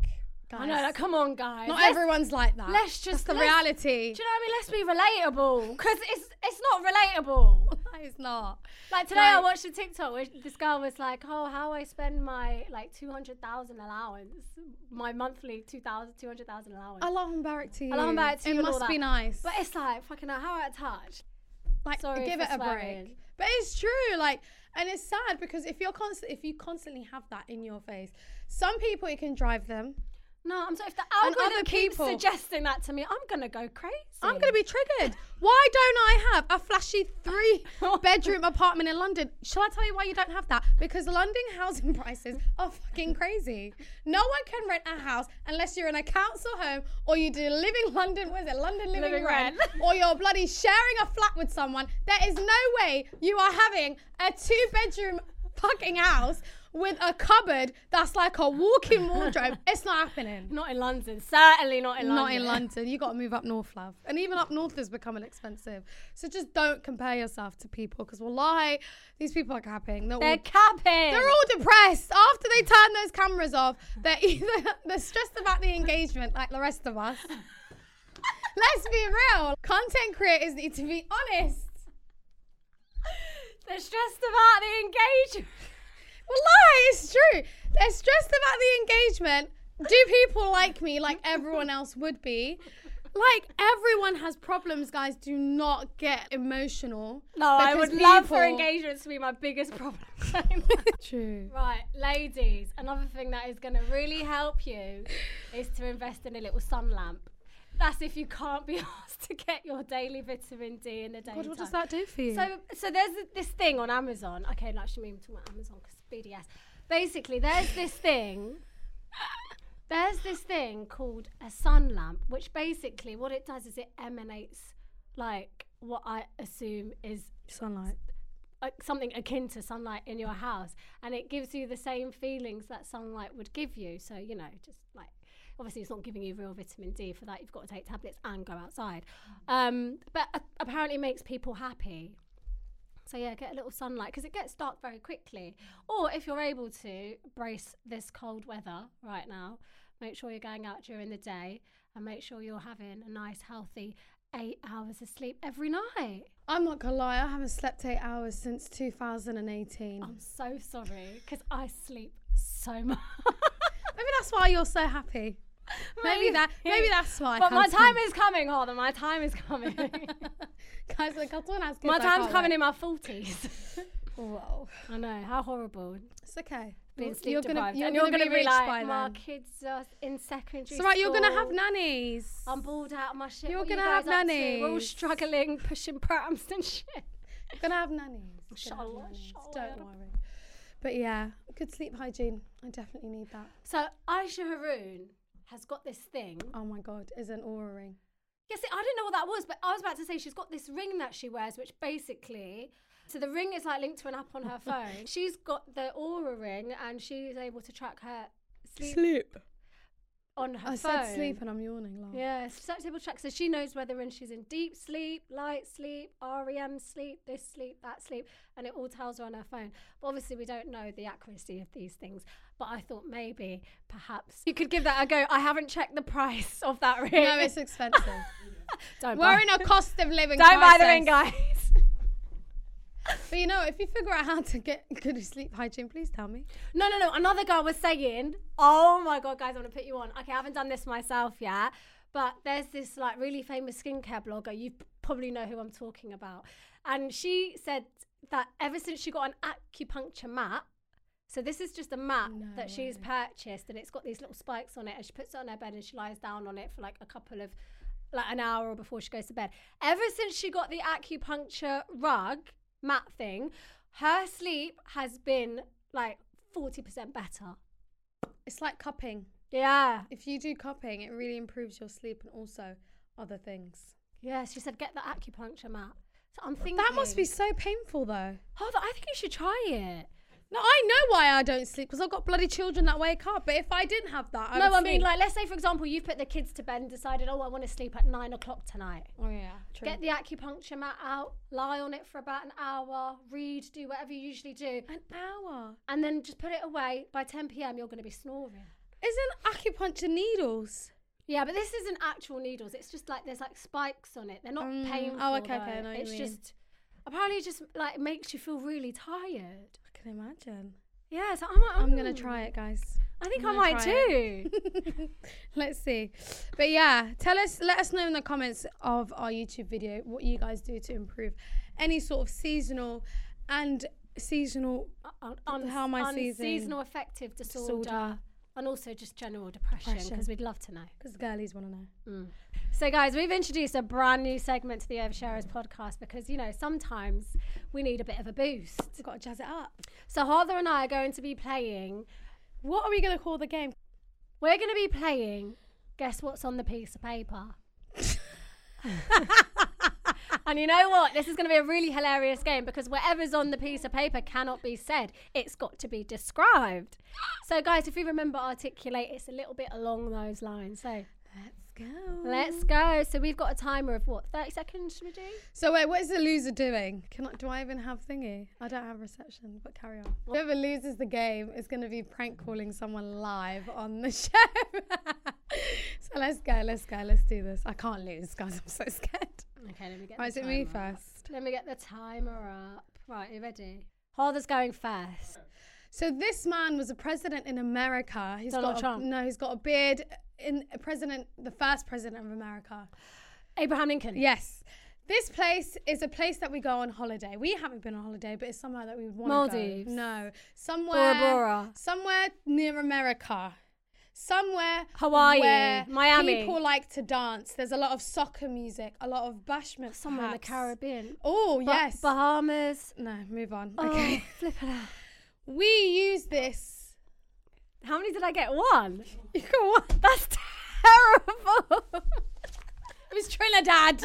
S2: guys
S1: I know. Like, come on, guys.
S2: not
S1: Let's-
S2: everyone's like that.
S1: let's
S2: That's
S1: just-
S2: the
S1: let's-
S2: reality.
S1: Do you know what I mean? Let's be relatable because it's it's not relatable.
S2: it's not.
S1: Like today, I
S2: Like-
S1: watched a TikTok where this girl was like, "Oh, how I spend my like two hundred thousand allowance, my monthly 2,000, 200,000 allowance."
S2: Alarm barrack to you.
S1: Alarm back to
S2: It
S1: you and all
S2: must be
S1: that.
S2: nice.
S1: But it's like fucking hell, how out of touch.
S2: like
S1: sorry
S2: give
S1: for
S2: it a break.
S1: swearing.
S2: But it's true, like, and it's sad because if you're constant, if you constantly have that in your face, some people it can drive them.
S1: No, I'm sorry. If the
S2: And
S1: algorithm
S2: other
S1: keeps
S2: people-
S1: suggesting that to me, I'm gonna go crazy.
S2: I'm gonna be triggered. Why don't I have a flashy (laughs) three bedroom apartment in London? Shall I tell you why you don't have that? Because London housing (laughs) prices are fucking crazy. No one can rent a house unless you're in a council home or you do living London. What is it? London living,
S1: Living
S2: rent. (laughs)
S1: rent.
S2: or you're bloody sharing a flat with someone. There is no way you are having a two bedroom fucking house with a cupboard that's like a walk-in wardrobe. It's not happening.
S1: not in London. Certainly not in London.
S2: Not in London. You got to move up north, love. And even up north is becoming expensive. So just don't compare yourself to people because wallahi, these people are capping. They're,
S1: They're
S2: all,
S1: capping.
S2: they're all depressed. After they turn those cameras off, they're (laughs) either they're stressed about the engagement like the rest
S1: (laughs)
S2: of us. Let's be real. Content creators need to be honest.
S1: They're stressed about the engagement. (laughs)
S2: Well, lie, it's true. They're stressed about the engagement. Do people like me like everyone else would be? Like everyone has problems, guys. Do not get emotional.
S1: No, I
S2: because
S1: would love for
S2: people-
S1: engagements to be my biggest (laughs) problem.
S2: True.
S1: Right, ladies, another thing that is going to really help you is to invest in a little sun lamp. That's if you can't be (laughs) asked to get your daily vitamin D in the daytime.
S2: God, what does that do for you?
S1: So, so there's this thing on Amazon. Okay, no, actually, maybe we're talking about Amazon because BDS. Basically, there's this thing. There's this thing called a sun lamp, which basically what it does is it emanates like what I assume is
S2: sunlight.
S1: like something akin to sunlight in your house and it gives you the same feelings that sunlight would give you so you know just like obviously it's not giving you real vitamin d for that you've got to take tablets and go outside
S2: Mm.
S1: um, but a- apparently it makes people happy so yeah get a little sunlight because it gets dark very quickly or if you're able to brace this cold weather right now make sure you're going out during the day and make sure you're having a nice healthy eight hours of sleep every night
S2: I'm not gonna lie. I haven't slept eight hours since 2018.
S1: I'm so sorry because I sleep so (laughs) much.
S2: Maybe that's why you're so
S1: (laughs)
S2: happy. (laughs) Maybe that. Maybe that's why. I
S1: But my
S2: can't
S1: time
S2: sleep.
S1: is coming, hold on. My time is
S2: (laughs)
S1: coming. (laughs)
S2: Guys, the cartoon has
S1: my
S2: kids, I
S1: time's
S2: can't
S1: coming
S2: wait.
S1: in my forties. (laughs)
S2: Whoa.
S1: I know how horrible.
S2: It's okay.
S1: being
S2: You're
S1: sleep
S2: gonna-
S1: deprived.
S2: you're
S1: and
S2: gonna
S1: you're going to
S2: be
S1: be
S2: rich
S1: like,
S2: by
S1: my
S2: then."
S1: kids are in secondary
S2: So right, you're gonna have
S1: school.
S2: nannies.
S1: I'm bored out of my shit.
S2: You're
S1: What are you
S2: gonna have
S1: guys up to? We're all
S2: nannies.
S1: struggling, (laughs) pushing prams and shit.
S2: gonna have nannies. Gonna
S1: Shut
S2: have
S1: up,
S2: nannies.
S1: shut
S2: Don't
S1: up.
S2: worry. But yeah, good sleep hygiene. I definitely need that.
S1: So Aisha Haroon has got this thing.
S2: Oh my god, is an aura ring.
S1: Yes, I didn't know what that was, but I was about to say she's got this ring that she wears, which basically. So the ring is like linked to an app (laughs) on her phone. She's got the aura ring and she's able to track her sleep, on her
S2: I
S1: phone.
S2: said sleep and I'm yawning. Lol.
S1: Yeah, she's actually able to track. So she knows whether when she's in deep sleep, light sleep, REM sleep, this sleep, that sleep, and it all tells her on her phone. But obviously, we don't know the accuracy of these things. But I thought maybe, perhaps, you could give that a go. I haven't checked the price of that ring.
S2: No, it's expensive.
S1: (laughs) don't
S2: We're
S1: buy.
S2: in a cost of living
S1: don't buy the
S2: crisis.
S1: ring, guys.
S2: But you know, if you figure out how to get (laughs) good sleep hygiene, please tell me.
S1: No, no, no. Another girl was saying, "Oh my god, guys, I want to put you on." Okay, I haven't done this myself yet, but there's this like really famous skincare blogger. You p- probably know who I'm talking about, and she said that ever since she got an acupuncture mat. So this is just a mat
S2: No
S1: that she's purchased, and it's got these little spikes on it. And she puts it on her bed, and she lies down on it for like a couple of, like an hour before she goes to bed. Ever since she got the acupuncture rug mat thing, her sleep has been like 40% better.
S2: It's like cupping.
S1: Yeah.
S2: If you do cupping, it really improves your sleep and also other things.
S1: Yeah, she said get the acupuncture mat. So I'm thinking.
S2: That must be so painful though.
S1: Oh, I think you should try it.
S2: No, I know why I don't sleep because I've got bloody children that wake up. But if I didn't have that, I
S1: no,
S2: would
S1: I mean,
S2: sleep.
S1: like, let's say, for example, you've put the kids to bed and decided, oh, I want to sleep at nine o'clock tonight.
S2: oh yeah, true.
S1: Get the acupuncture mat out, lie on it for about an hour, read, do whatever you usually do,
S2: An hour.
S1: and then just put it away. By 10 p.m., you're going to be snoring.
S2: Isn't acupuncture needles?
S1: Yeah, but this isn't actual needles. It's just like there's like spikes on it. They're not
S2: Mm, oh,
S1: painful.
S2: okay, okay, I
S1: though.
S2: know what you
S1: It's
S2: mean.
S1: just apparently it just like makes you feel really tired.
S2: I can imagine.
S1: Yeah, so I might.
S2: I'm gonna
S1: mm,
S2: try it, guys. (laughs)
S1: I think
S2: I'm
S1: I
S2: gonna
S1: might
S2: try
S1: too. (laughs)
S2: Let's see. But yeah, tell us, let us know in the comments of our YouTube video what you guys do to improve any sort of seasonal and seasonal.
S1: on, on
S2: How am I
S1: on
S2: season-
S1: seasonal affective disorder,
S2: Disorder.
S1: and also just general depression because
S2: Depression.
S1: we'd love to know.
S2: Because girlies want to know.
S1: So, guys, we've introduced a brand new segment to the Oversharers podcast because you know sometimes we need a bit of a boost.
S2: We've got to jazz it up.
S1: So, Harther and I are going to be playing.
S2: What are we going to call the game?
S1: We're going to be playing. Guess what's on the piece of paper? (laughs) And you know what? This is going to be a really hilarious game because whatever's on the piece of paper cannot be said. It's got to be described. So, guys, if you remember articulate, it's a little bit along those lines. So,
S2: Let's go.
S1: let's go. So, we've got a timer of what, 30 seconds, should we do?
S2: So wait, what is the loser doing? Can I, do I even have thingy? I don't have reception, but carry on. Whoever loses the game is going to be prank calling someone live on the (laughs) show. so let's go, let's go, let's do this. I can't lose, guys. I'm so scared.
S1: Okay, let me get
S2: Right,
S1: the
S2: is it me
S1: timer up.
S2: first?
S1: Let me get the timer up. Right, you ready? Harder's going first.
S2: So this man was a president in America. He's
S1: Donald
S2: got a,
S1: Trump.
S2: No, he's got a beard. In a president, the first president of America.
S1: Abraham Lincoln.
S2: Yes. This place is a place that we go on holiday. We haven't been on holiday, but it's somewhere that we would want to go.
S1: Maldives.
S2: No, somewhere.
S1: Bora.
S2: Somewhere near America. Somewhere
S1: Hawaii,
S2: where
S1: Miami.
S2: People like to dance. There's a lot of soccer music, a lot of bashment.
S1: Somewhere in the
S2: perhaps.
S1: Caribbean.
S2: Oh
S1: Ba-
S2: yes.
S1: Bahamas.
S2: no, move on.
S1: Okay.
S2: Okay.
S1: (laughs) flip it out.
S2: We use this
S1: (laughs) How many did I get? (laughs) One?
S2: You got one.
S1: That's terrible. (laughs)
S2: It was Trinidad.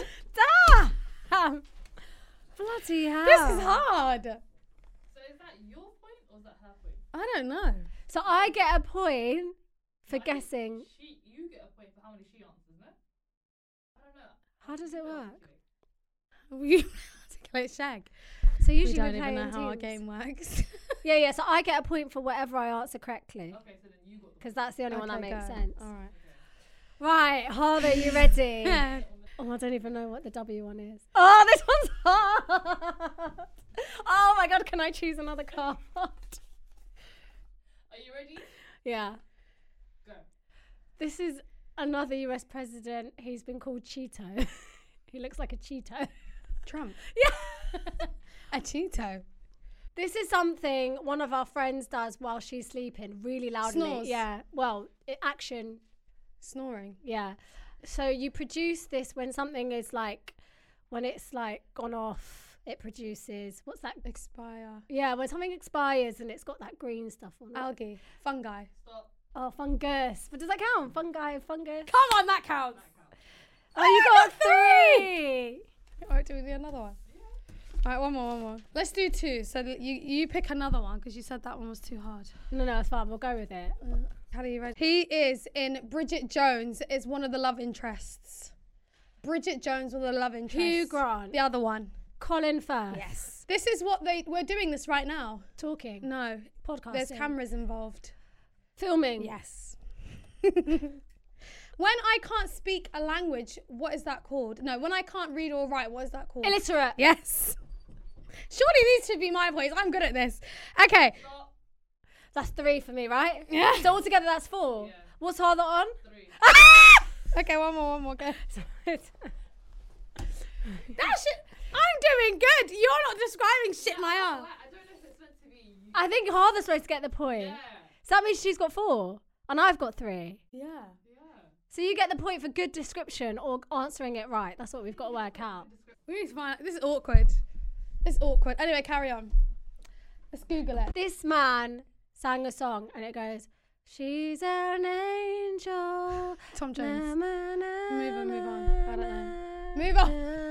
S1: Damn. (laughs) Bloody hell.
S2: This is hard.
S3: So is that your point or is that her point?
S2: I don't know. (laughs)
S1: So I get a point for guessing.
S3: She, you get a point for how many she answers, no? I don't know.
S1: How does it work?
S2: We articulate shag.
S1: So
S2: We
S1: usually
S2: don't
S1: we
S2: even
S1: play
S2: know
S1: in
S2: how our
S1: teams.
S2: game (laughs) works.
S1: Yeah, yeah. So I get a point for whatever I answer correctly.
S3: Okay, so then you got the
S1: Because that's the only one that
S2: Okay,
S1: makes
S2: go.
S1: sense.
S2: All right. (laughs)
S1: Right, Harvey, you ready?
S2: Yeah.
S1: Oh, I don't even know what the W one is. Oh, this one's hard. Oh my god, can I choose another card?
S3: Are you ready?
S1: yeah.
S3: Go.
S1: This is another US president. He's been called Cheeto. (laughs) he looks like a Cheeto.
S2: Trump.
S1: yeah.
S2: A Cheeto.
S1: (laughs) This is something one of our friends does while she's sleeping, really loudly.
S2: Snores.
S1: Yeah. Well, i action.
S2: Snoring.
S1: Yeah. So you produce this when something is like, when it's like gone off, it produces what's that?
S2: Expire.
S1: Yeah, when something expires and it's got that green stuff on it.
S2: Algae. Fungi.
S3: Stop.
S1: Oh, fungus. But does that count? Fungi, fungus.
S2: Come on, that (laughs) counts.
S1: Oh, you got three.
S2: All right, do we do another one? All right, one more, one more. Let's do two. So l- you you pick another one because you said that one was too hard.
S1: No, no, it's fine. We'll go with it.
S2: How do you read? He is in Bridget Jones is one of the love interests. Bridget Jones was the love interest.
S1: Hugh Grant.
S2: The other one.
S1: Colin Firth.
S2: Yes. This is what they we're doing this right now.
S1: Talking.
S2: No,
S1: Podcasting.
S2: there's cameras involved.
S1: Filming.
S2: Yes. (laughs) when I can't speak a language, what is that called? No, when I can't read or write, what is that called?
S1: Illiterate.
S2: Yes. Surely these should be my boys. I'm good at this. Okay. (laughs)
S1: That's three for me, right? Yeah. So altogether, that's four. What's harder on?
S2: Okay, one more, one more. (laughs) Go.
S1: Three.
S2: That shit. I'm doing good. You're not describing shit my arm.
S3: I don't know if it's meant to be you.
S1: I think harder's supposed to get the point. So that means she's got four, and I've got three.
S2: Yeah.
S1: So you get the point for good description or answering it right. That's what we've got to work out.
S2: We need to find. This is awkward. This is awkward. Anyway, carry on. Let's Google it.
S1: This man sang a song, and it goes, "She's an angel."
S2: Tom
S1: Na,
S2: Jones.
S1: na, na,
S2: Move on, move on.
S1: na,
S2: I don't know.
S1: na,
S2: Move on.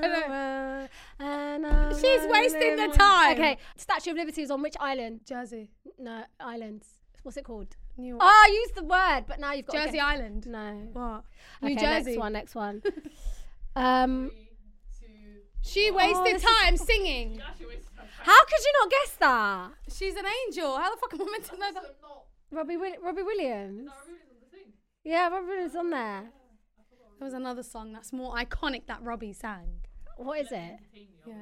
S1: na,
S2: (laughs) I don't-
S1: na, na, na,
S2: She's
S1: na,
S2: wasting
S1: na,
S2: the
S1: na.
S2: time.
S1: Okay, Statue of Liberty is on which island?
S2: Jersey.
S1: No, islands. What's it called?
S2: New York.
S1: Oh, I used the word, but now you've got to
S2: Jersey
S1: guess.
S2: Island.
S1: No.
S2: What?
S1: (laughs) Okay,
S2: New Jersey.
S1: Next one. Next (laughs) one. um,
S2: She wasted
S1: this is-
S2: time (laughs) singing.
S1: how could you not guess that?
S2: She's an angel. How the fuck am I meant to know that?
S1: Robbie, Will- Robbie Williams. Yeah, Robbie Williams on there.
S2: There was another song that's more iconic that Robbie sang.
S1: What is it?
S2: Yeah.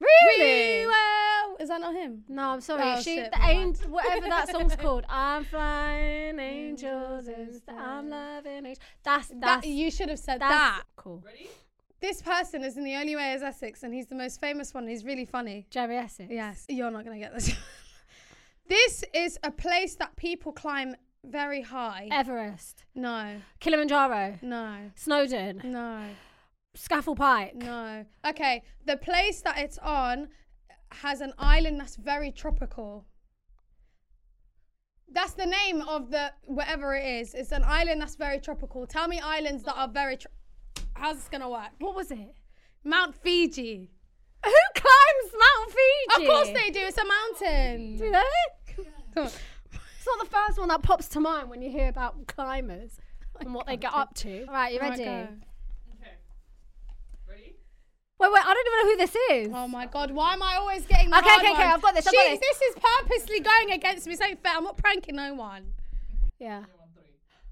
S1: Really?
S2: We will. Is that not him?
S1: No, I'm sorry.
S2: Oh,
S1: she,
S2: shit,
S1: the
S2: never
S1: angel, whatever that song's (laughs) called. I'm flying angels and st- I'm loving angels. That's that's
S2: that you should have said
S1: that's
S2: that.
S1: cool.
S2: This person is in the only way is Essex, and he's the most famous one. He's really funny.
S1: Jerry Essex.
S2: Yes, you're not gonna get this. (laughs) this is a place that people climb very high.
S1: Everest,
S2: no,
S1: Kilimanjaro,
S2: no,
S1: Snowden,
S2: no,
S1: Scaffold Pike.
S2: no. Okay, the place that it's on has an island that's very tropical. That's the name of the whatever it is. It's an island that's very tropical. Tell me islands that are very. Tro- How's this gonna work?
S1: What was it?
S2: Mount Fiji.
S1: Who climbs Mount Fiji?
S2: Of course they do. It's a mountain.
S1: Do they? It's not the first one that pops to mind when you hear about climbers and what they get up to. All right, you (laughs) ready? Wait, wait, I don't even know who this is.
S2: Oh my god, why am I always getting the
S1: Okay,
S2: hard
S1: okay, okay,
S2: ones?
S1: I've got this, I've
S2: She,
S1: got this.
S2: is purposely going against me. It's ain't fair. I'm not pranking no one.
S1: Yeah.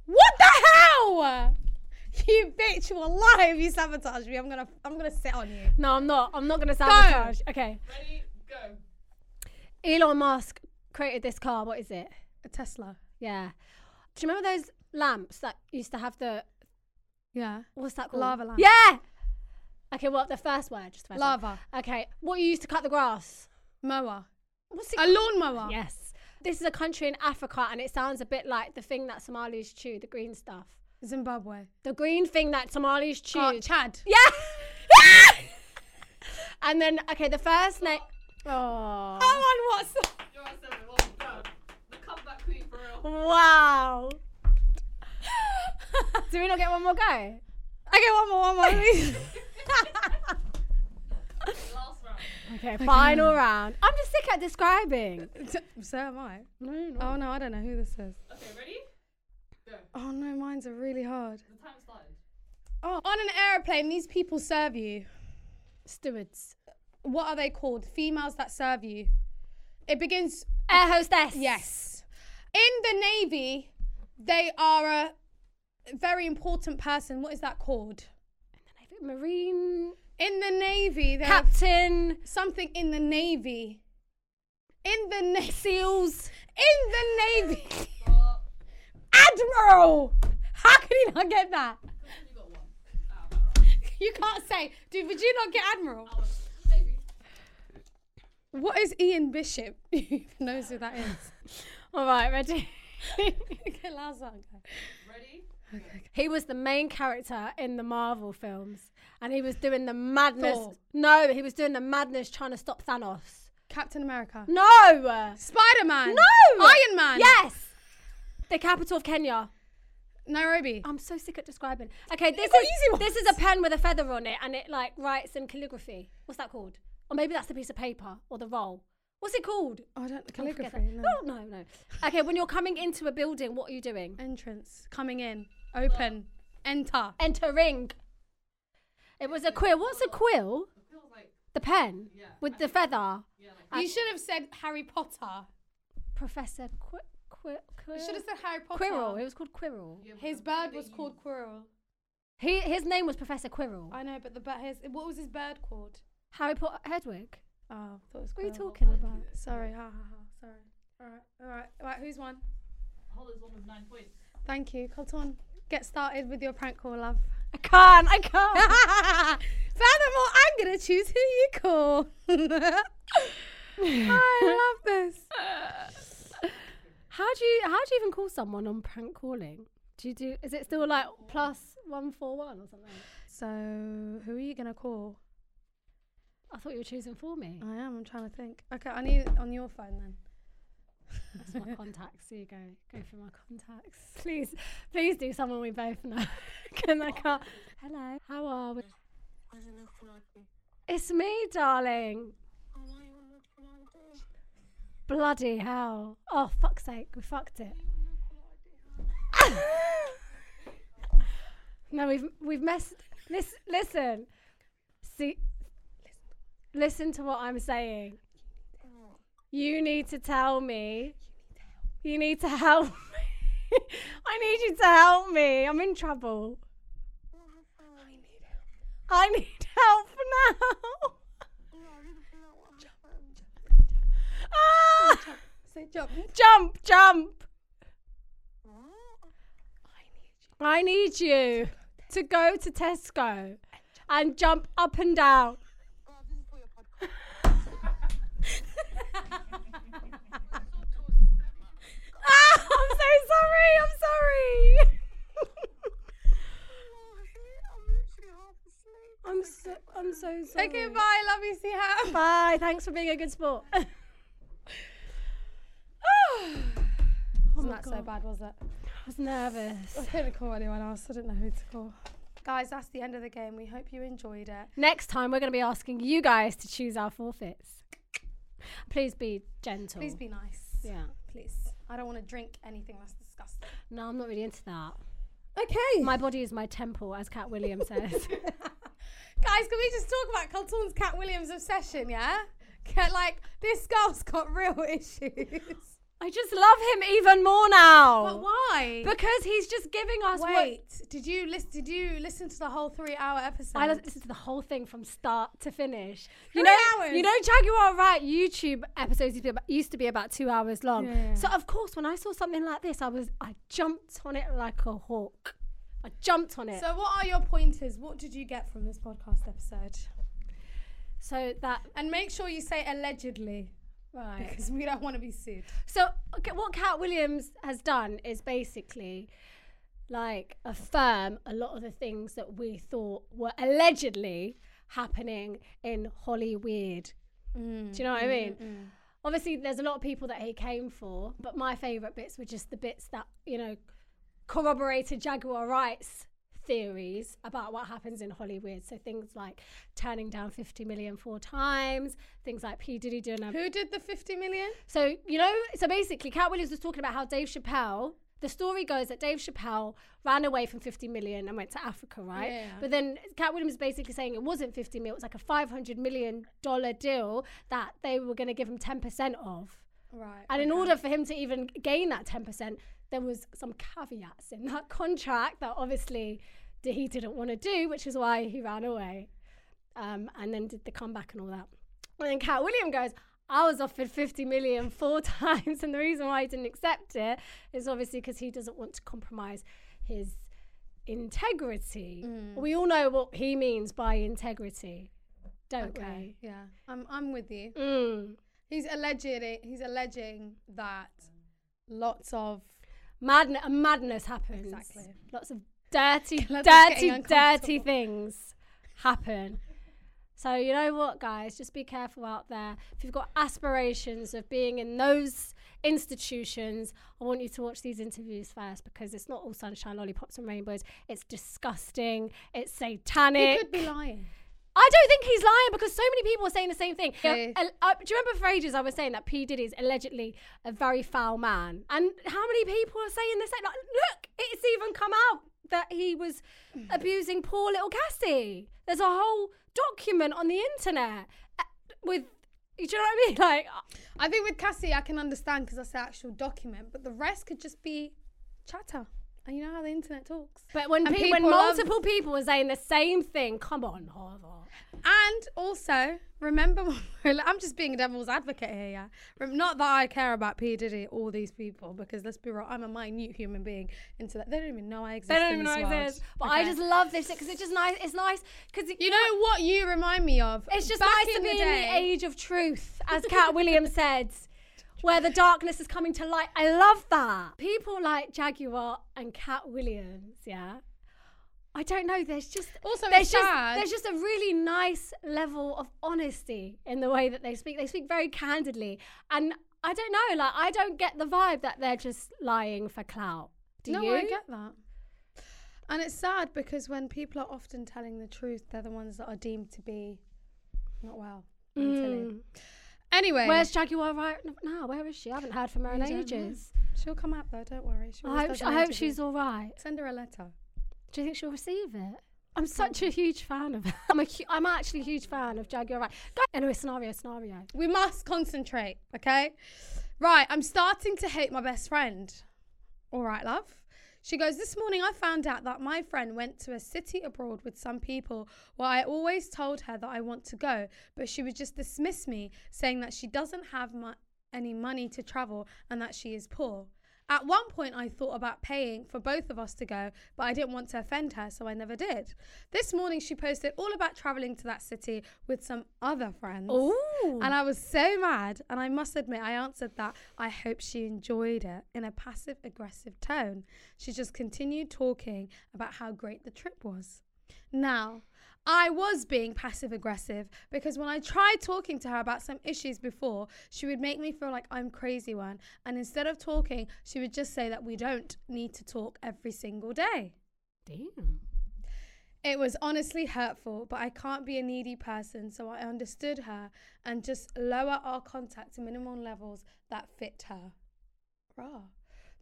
S2: What the hell? You bitch, you are lying. if You sabotage me. I'm gonna, I'm gonna sit on you.
S1: No, I'm not. I'm not going to sabotage. Okay.
S3: Ready, go.
S1: Elon Musk created this car. What is it?
S2: A Tesla.
S1: Yeah. Do you remember those lamps that used to have the
S2: Yeah.
S1: what's that called?
S2: Lava lamp.
S1: Yeah. Okay, well the first word, just the first word.
S2: Lava.
S1: Okay, what you use to cut the grass?
S2: Mower.
S1: What's it?
S2: A lawnmower.
S1: yes. This is a country in Africa, and it sounds a bit like the thing that Somalis chew, the green stuff,
S2: Zimbabwe.
S1: the green thing that Somalis chew.
S2: Uh, (laughs) Chad.
S1: yeah. (laughs) and then okay, the first name. Oh.
S2: Oh, on what's
S3: You're at seven. Well done. The comeback queen for
S1: (laughs)
S3: real.
S1: Wow. Do we not get one more
S2: (laughs)
S1: go?
S2: Okay, one more, one (laughs) more.
S3: Last round.
S1: Okay, final round. I'm just sick at describing.
S2: (laughs) so am I.
S1: No,
S2: Oh no, I don't know who this is.
S3: Okay, ready?
S2: Oh no, mine's are really hard.
S3: The time started.
S2: Oh, on an aeroplane, these people serve you.
S1: Stewards.
S2: What are they called? Females that serve you. It begins.
S1: Air hostess.
S2: Yes. In the navy, they are a very important person. What is that called?
S1: Marine.
S2: In the navy, they're
S1: Captain.
S2: something in the navy. In the na-
S1: Seals.
S2: in the navy. Admiral. How could he not get that? You can't say, dude. Would you not get admiral?
S3: Maybe.
S2: What is Ian Bishop? (laughs) Who even knows who that is? (laughs)
S1: All right, ready?
S2: okay, last one.
S3: Ready?
S1: He was the main character in the Marvel films, and he was doing the madness.
S2: Thor.
S1: No, he was doing the madness trying to stop Thanos.
S2: Captain America.
S1: No,
S2: Spider Man.
S1: no,
S2: Iron Man.
S1: Yes, the capital of Kenya.
S2: Nairobi.
S1: I'm so sick at describing. Okay, this
S2: got
S1: is
S2: easy ones.
S1: this is a pen with a feather on it, and it like writes in calligraphy. What's that called? Or maybe that's the piece of paper or the roll. What's it called?
S2: Oh, I don't. Oh,
S1: Can't forget
S2: Calligraphy. No.
S1: that. Oh, No, no, no. Okay, when you're coming into a building, what are you doing?
S2: Entrance. Coming in. Open. Enter.
S1: Entering. It was a quill. What's a quill? The pen with the feather.
S2: You should have said Harry Potter.
S1: Professor Qu- Qu-
S2: You
S1: Quirrell.
S2: should have said Harry Potter.
S1: Quirrell. It was called Quirrell.
S2: His bird was called Quirrell.
S1: He, his name was Professor Quirrell.
S2: I know, but the bird. His, what was his bird called?
S1: Harry Potter Hedwig.
S2: Oh, I thought it was
S1: What are you
S2: Quirrell.
S1: talking about?
S2: Sorry. Ha ha ha. Sorry. All right. All right. All right. Who's won?
S3: Holler's one with nine points.
S2: Thank you, Colton. Get started with your prank call, love.
S1: I can't. I can't.
S2: (laughs) Furthermore, I'm gonna choose who you call. (laughs) I love this.
S1: how do you how do you even call someone on prank calling? Do you do? Is it still like plus one four one or something?
S2: (laughs) So, who are you gonna call?
S1: I thought you were choosing for me.
S2: I am. I'm trying to think. Okay, I need it on your phone then.
S1: That's my contacts. Here you go. Go for my contacts. (laughs) Please, please do someone we both know. (laughs) Can I can't. Hello. How are we? It's me, darling. Bloody hell. Oh, fuck's sake. We fucked it. (laughs) no, we've we've messed. Listen, listen. See, listen to what I'm saying. You need to tell me. You need to help (laughs) me. I need you to help me. I'm in trouble. I need help now. Ah!
S2: Say job.
S1: Jump, jump. I need you to go to Tesco and jump up and down. Ah, I'm so sorry. I'm sorry. I'm so I'm so sorry.
S2: Okay, bye. Love you. See (laughs) you.
S1: Bye. Thanks for being a good
S2: (sighs)
S1: sport.
S2: Wasn't
S1: my
S2: that so
S1: God.
S2: bad, was (sighs) it?
S1: I was nervous.
S2: I couldn't call anyone else. I didn't know who to call. Guys, that's the end of the game. We hope you enjoyed it.
S1: Next time, we're going to be asking you guys to choose our forfeits. Please be gentle.
S2: Please be nice.
S1: Yeah.
S2: Please. I don't want to drink anything that's disgusting.
S1: No, I'm not really into that.
S2: Okay.
S1: My body is my temple, as Cat Williams says. (laughs)
S2: Guys, can we just talk about Colton's Cat Williams obsession, yeah? Cat, like, this girl's got real (laughs) issues.
S1: I just love him even more now.
S2: But why?
S1: Because he's just giving us what-
S2: Wait, did you listen? Did you listen to the whole three-hour episode?
S1: I lis- listened to the whole thing from start to finish. You
S2: Three
S1: know,
S2: hours.
S1: you know, Jaguar Right YouTube episodes used to be about, used to be about two hours long.
S2: Yeah.
S1: So of course, when I saw something like this, I was I jumped on it like a hawk. I jumped on it. So,
S2: So, what are your pointers? What did you get from this podcast episode?
S1: that
S2: And make sure you say allegedly,
S1: right.
S2: because we don't want to be sued.
S1: So okay, what Cat Williams has done is basically like affirm a lot of the things that we thought were allegedly happening in Holly Weird. Do you know what I mean? Obviously, there's a lot of people that he came for, but my favourite bits were just the bits that you know corroborated Jaguar rights theories about what happens in Hollywood. So things like turning down 50 million four times, things like P Diddy doing a
S2: Who did the 50 million?
S1: so you know, so basically, Cat Williams was talking about how Dave Chappelle. The story goes that Dave Chappelle ran away from 50 million and went to Africa, right?
S2: Yeah.
S1: But then Cat Williams is basically saying it wasn't 50 million; it was like a 500 million dollar deal that they were going to give him 10 percent of.
S2: Right.
S1: And in order for him to even gain that 10 percent, there was some caveats in that (laughs) contract that obviously that he didn't want to do, which is why he ran away, um, and then did the comeback and all that. And then Cat William goes, I was offered 50 million (laughs) four times, and the reason why I didn't accept it is obviously because he doesn't want to compromise his integrity. We all know what he means by integrity. don't
S2: Okay.
S1: we?
S2: Yeah. I'm I'm with you.
S1: Mm.
S2: He's alleging he's alleging that lots of
S1: Madness, madness happens.
S2: Exactly.
S1: Lots of
S2: (laughs)
S1: dirty,
S2: Lots of getting
S1: dirty, dirty
S2: uncomfortable.
S1: things happen. So you know what, guys? Just be careful out there. If you've got aspirations of being in those institutions, I want you to watch these interviews first because it's not all sunshine, lollipops, and rainbows. It's disgusting. It's satanic.
S2: he could be lying.
S1: I don't think he's lying because so many people are saying the same thing. Yeah,
S2: Okay.
S1: al- uh, do you remember for ages I was saying that P Diddy is allegedly a very foul man, and how many people are saying the same? Like, look, it's even come out that he
S2: (sighs)
S1: was abusing poor little Cassie. There's a whole document on the internet uh, with. Do you know what I mean? (laughs) Like, uh,
S2: I think with Cassie, I can understand because that's the actual document, but the rest could just be chatter. And you know how the internet talks.
S1: but when
S2: And
S1: pe- when
S2: people love-
S1: multiple people are saying the same thing, come on, Harvard.
S2: And also, remember, (laughs) when we were- I'm just being devil's advocate here, yeah? Rem- Not that I care about P. Diddy or these people, because let's be real, I'm a minute human being. And so that they don't even know I exist.
S1: They don't
S2: in
S1: even know
S2: this
S1: it
S2: world.
S1: exists. But I
S2: Okay.
S1: just love this because it's just nice. It's nice because
S2: You know what you remind me of?
S1: It's just
S2: Back
S1: nice to
S2: in
S1: be
S2: the
S1: in
S2: day-
S1: the age of truth, as Cat
S2: (laughs)
S1: Williams said, where the darkness is coming to light. I love that. People like Jaguar and Cat Williams, yeah. I don't know. There's just
S2: Also,
S1: there's
S2: it's
S1: just
S2: sad.
S1: there's just a really nice level of honesty in the way that they speak. They speak very candidly, and I don't know. Like I don't get the vibe that they're just lying for clout. Do
S2: no,
S1: you?
S2: I get that. And it's sad because when people are often telling the truth, they're the ones that are deemed to be not well. mentally.
S1: Mm.
S2: Anyway,
S1: Where's Jaguar right now? Where is she? I haven't heard from her in
S2: I don't know.
S1: ages.
S2: she'll come up though. Don't worry. She always
S1: I hope,
S2: does
S1: sh-
S2: an
S1: I hope
S2: interview.
S1: she's all right.
S2: Send her a letter.
S1: Do you think she'll receive it? I'm such a huge fan of her. I'm, a hu- I'm actually a huge fan of Jaguar. Right. Go- anyway, scenario, scenario.
S2: We must concentrate, okay? Right, I'm starting to hate my best friend. All right, love. She goes, This morning I found out that my friend went to a city abroad with some people where I always told her that I want to go, but she would just dismiss me, saying that she doesn't have mu- any money to travel and that she is poor. At one point, I thought about paying for both of us to go, but I didn't want to offend her, so I never did. This morning, she posted all about traveling to that city with some other friends.
S1: Ooh.
S2: And I was so mad, and I must admit, I answered that I hope she enjoyed it in a passive aggressive tone. She just continued talking about how great the trip was. Now, I was being passive aggressive because when I tried talking to her about some issues before, she would make me feel like I'm crazy one. And instead of talking, she would just say that we don't need to talk every single day.
S1: Damn.
S2: It was honestly hurtful, but I can't be a needy person, so I understood her and just lower our contact to minimum levels that fit her. Rah.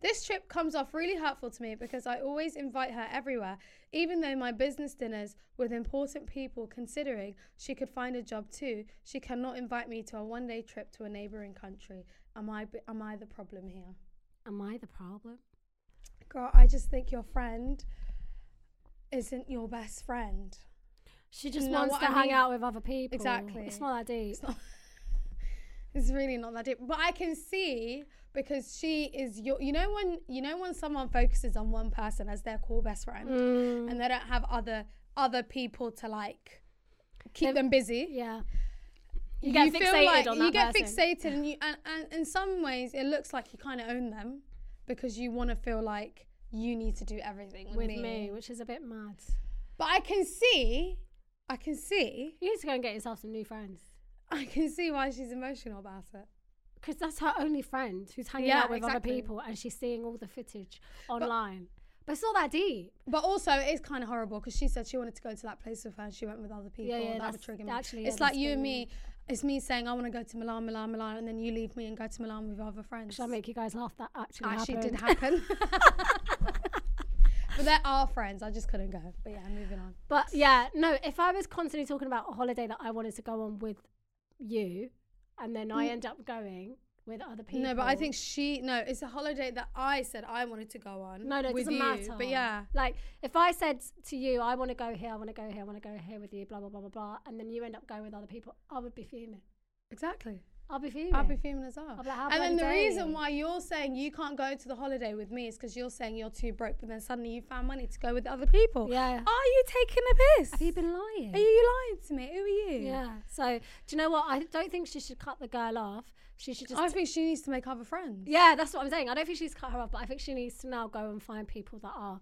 S2: This trip comes off really hurtful to me because I always invite her everywhere, even though my business dinners with important people, considering she could find a job too, she cannot invite me to a one day trip to a neighbouring country. Am I, am I the problem here?
S1: Am I the problem?
S2: Girl, I just think your friend isn't your best friend.
S1: She just
S2: No,
S1: wants
S2: what
S1: to
S2: I
S1: hang
S2: mean-
S1: out with other people.
S2: Exactly.
S1: It's not that deep.
S2: It's not. It's really not that deep, but I can see because she is your. You know when you know when someone focuses on one person as their core best friend,
S1: Mm.
S2: and they don't have other other people to like keep
S1: They've-
S2: them busy.
S1: yeah. You get
S2: feel
S1: fixated
S2: like-
S1: on
S2: You
S1: that
S2: get
S1: person.
S2: fixated, and you and, and in some ways it looks like you kind of own them because you want to feel like you need to do everything with,
S1: with me, which is a bit mad.
S2: But I can see, I can see,
S1: You need to go and get yourself some new friends.
S2: I can see why she's emotional about it.
S1: Because that's her only friend who's hanging
S2: Yeah,
S1: out with
S2: exactly.
S1: other people and she's seeing all the footage online. But it's not that deep.
S2: But also, it is kind of horrible because she said she wanted to go to that place with her and she went with other people.
S1: yeah,
S2: that
S1: that's-
S2: would trigger me.
S1: actually, yeah,
S2: it's like
S1: that's
S2: you and
S1: true, yeah.
S2: me. It's me saying I want to go to Milan, Milan, Milan, and then you leave me and go to Milan with other friends.
S1: Should I make you guys laugh? That actually,
S2: actually
S1: happened.
S2: did happen.
S1: (laughs)
S2: (laughs) but they're our friends. I just couldn't go. But yeah, moving on.
S1: But yeah, no, if I was constantly talking about a holiday that I wanted to go on with you and then I end up going with other people.
S2: No, but I think she. No, it's a holiday that I said I wanted to go
S1: (laughs)
S2: on.
S1: No, no, it
S2: with
S1: doesn't
S2: you,
S1: matter.
S2: But yeah,
S1: Like if I said to you, I want to go here, I want to go here, I want to go here with you, blah blah blah blah blah and then you end up going with other people, I would be fuming.
S2: exactly.
S1: I'll be fuming.
S2: I'll be fuming as well.
S1: I'll be like, how
S2: and then the
S1: bloody
S2: reason
S1: dare
S2: why you're saying you can't go to the holiday with me is because you're saying you're too broke, but then suddenly you found money to go with other people.
S1: Yeah.
S2: Are you taking a piss?
S1: Have you been lying?
S2: Are you lying to me? Who are you?
S1: Yeah. So do you know what? I don't think she should cut the girl off. She should just.
S2: I think she needs to make other friends.
S1: yeah, that's what I'm saying. I don't think she's cut her off, but I think she needs to now go and find people that are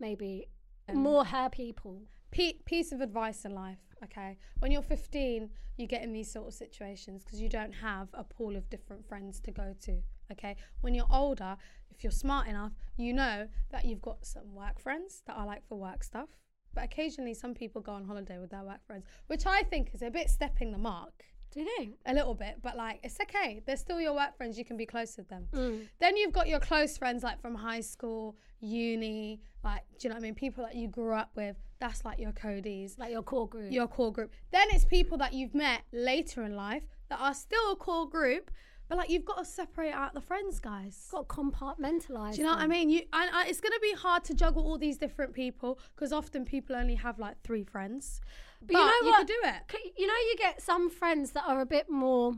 S1: maybe
S2: Um,
S1: more her people.
S2: Pe- piece of advice in life, okay? When you're 15, you get in these sort of situations because you don't have a pool of different friends to go to, okay? When you're older, if you're smart enough, you know that you've got some work friends that are like for work stuff. But occasionally, some people go on holiday with their work friends, which I think is a bit stepping the mark.
S1: Do you think?
S2: A little bit, but like it's okay. They're still your work friends. You can be close with them.
S1: Mm.
S2: Then you've got your close friends like from high school, uni, like do you know what I mean? People that you grew up with. That's like your Cody's,
S1: Like your core group.
S2: your core group. Then it's people that you've met later in life that are still a core group, but like you've got to separate out the friends, guys.
S1: got compartmentalized.
S2: Do you know what I mean? You, and I, it's gonna be hard to juggle all these different people because often people only have like three friends. But,
S1: you know what?
S2: could do it.
S1: C- You know, you get some friends that are a bit more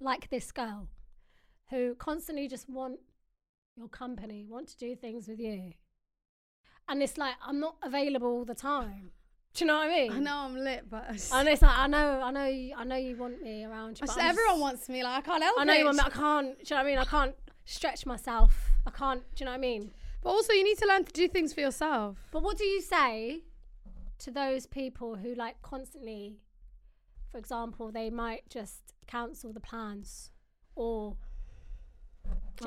S1: like this girl who constantly just want your company, want to do things with you. And it's like, I'm not available all the time. Do you know what I mean?
S2: I know I'm lit, but (laughs)
S1: And it's like, I know, I know, you, I know you want me around you. but
S2: I just-
S1: I'm
S2: everyone
S1: just-
S2: wants me. Like I can't help
S1: I know you
S2: it.
S1: want me. I can't, do you know what I mean? I can't stretch myself. I can't, do you know what I mean?
S2: But also, you need to learn to do things for yourself.
S1: But what do you say to those people who like constantly, for example, they might just cancel the plans or
S2: Do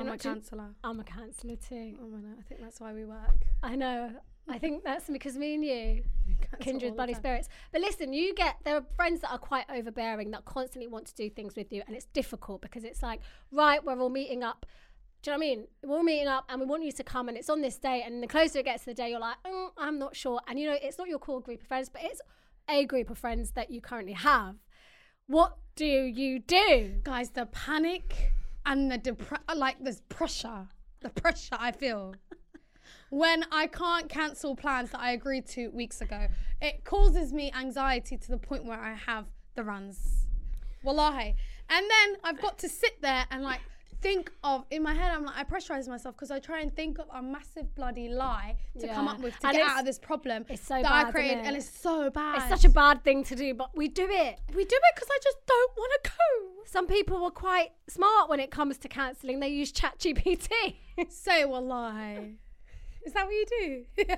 S1: I'm
S2: you
S1: a
S2: not cancellor?
S1: I'm a canceller too.
S2: Oh my no, I think that's
S1: (laughs)
S2: why we work.
S1: I know. I think that's because me and you
S2: We cancel all
S1: kindred
S2: the
S1: bloody
S2: time.
S1: spirits. But listen, you get there are friends that are quite overbearing that constantly want to do things with you, and it's difficult because it's like, right, we're all meeting up. Do you know what I mean? We're all meeting up, and we want you to come, and it's on this day. And the closer it gets to the day, you're like, mm, I'm not sure. And you know, it's not your core group of friends, but it's a group of friends that you currently have. What do you do?
S2: Guys, the panic and the depre- like there's pressure. The pressure I feel when I can't cancel plans that I agreed to weeks ago. It causes me anxiety to the point where I have the runs. Wallahi. And then I've got to sit there and like think of in my head I'm like I pressurize myself because I try and think of a massive bloody lie to come
S1: Yeah.
S2: up with to
S1: And
S2: get
S1: it's-
S2: out of this problem
S1: it's so
S2: that
S1: bad,
S2: I
S1: isn't
S2: created
S1: it?
S2: and it's so bad.
S1: It's such a bad thing to do, but we do it.
S2: we do it because I just don't want to go.
S1: Some people were quite smart when it comes to cancelling. They use ChatGPT. (laughs)
S2: So will I. Is that what you do? (laughs)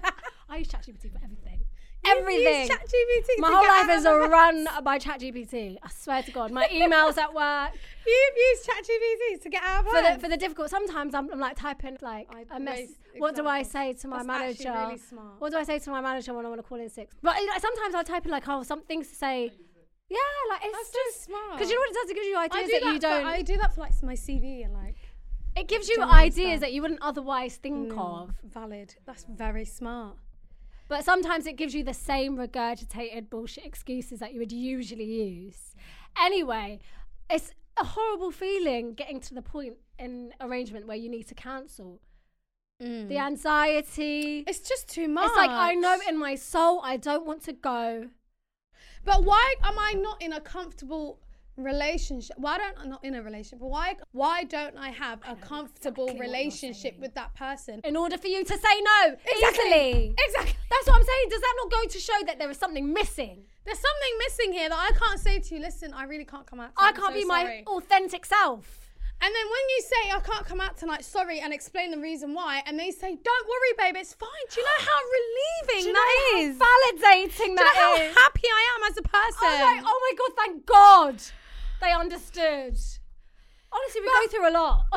S1: I use ChatGPT for everything.
S2: Use
S1: Everything.
S2: ChatGPT
S1: My
S2: to
S1: whole
S2: get
S1: life
S2: out
S1: is
S2: of (laughs)
S1: a
S2: the
S1: run
S2: mess.
S1: by ChatGPT. I swear to God. My emails at work.
S2: You've used ChatGPT to get out of
S1: For the,
S2: it.
S1: for the difficult, sometimes I'm, I'm like typing like
S2: I-
S1: a mess.
S2: waste
S1: What do I say
S2: example.
S1: to my
S2: That's actually
S1: manager?
S2: really smart.
S1: What do I say to my manager when I want to call in sick? But you know, sometimes I'll type in like oh some things to say. Yeah, like it's
S2: That's so
S1: just
S2: smart.
S1: Because you know what it does? It gives you
S2: I
S1: ideas
S2: do
S1: that you
S2: for-
S1: don't.
S2: I do that for like my CV and like
S1: it gives you
S2: general
S1: ideas
S2: stuff.
S1: that you wouldn't otherwise think of.
S2: valid. That's very smart.
S1: But sometimes it gives you the same regurgitated bullshit excuses that you would usually use. Anyway, it's a horrible feeling getting to the point in arrangement where you need to cancel. The anxiety.
S2: Mm. It's just too much.
S1: It's like I know in my soul I don't want to go.
S2: But why am I not in a comfortable relationship? Why don't I'm not in a relationship? But why why don't I have a
S1: exactly
S2: comfortable
S1: what you're
S2: relationship
S1: saying.
S2: with that person?
S1: In order for you to say no
S2: Exactly.
S1: easily.
S2: Exactly.
S1: That's what I'm saying. Does that not go to show that there is something missing?
S2: There's something missing here that I can't say to you. Listen, I really can't come out.
S1: I
S2: tonight, I'm
S1: can't
S2: so
S1: be my Oh.
S2: sorry."
S1: authentic self.
S2: And then when you say I can't come out tonight, sorry, and explain the reason why, and they say, "Don't worry, babe, it's fine." Do you know how
S1: Do
S2: relieving
S1: you
S2: that
S1: know how
S2: is?
S1: Validating
S2: Do you know
S1: that
S2: how
S1: is?
S2: happy I am as a person?
S1: I was like, oh my god, thank God they understood. Honestly, we go through a lot.
S2: A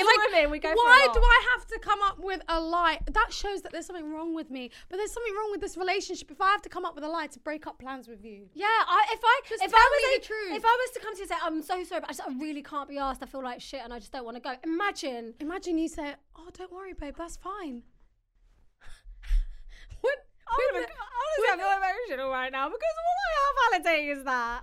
S1: (laughs) As
S2: like,
S1: women, we go through
S2: why
S1: a lot.
S2: do I have to come up with a lie? That shows that there's something wrong with me. But there's something wrong with this relationship. If I have to come up with a lie to break up plans with you,
S1: Yeah, I, if I
S2: Just
S1: if
S2: tell
S1: I was
S2: me
S1: a-
S2: the truth.
S1: if I was to come to you and say I'm so sorry, but I just I really can't be asked. I feel like shit, and I just don't want to go. Imagine
S2: imagine you say, "Oh, don't worry, babe, that's fine." (laughs) what?
S1: I'm honestly, I (laughs) feel emotional right now because all I am validating is (laughs) that.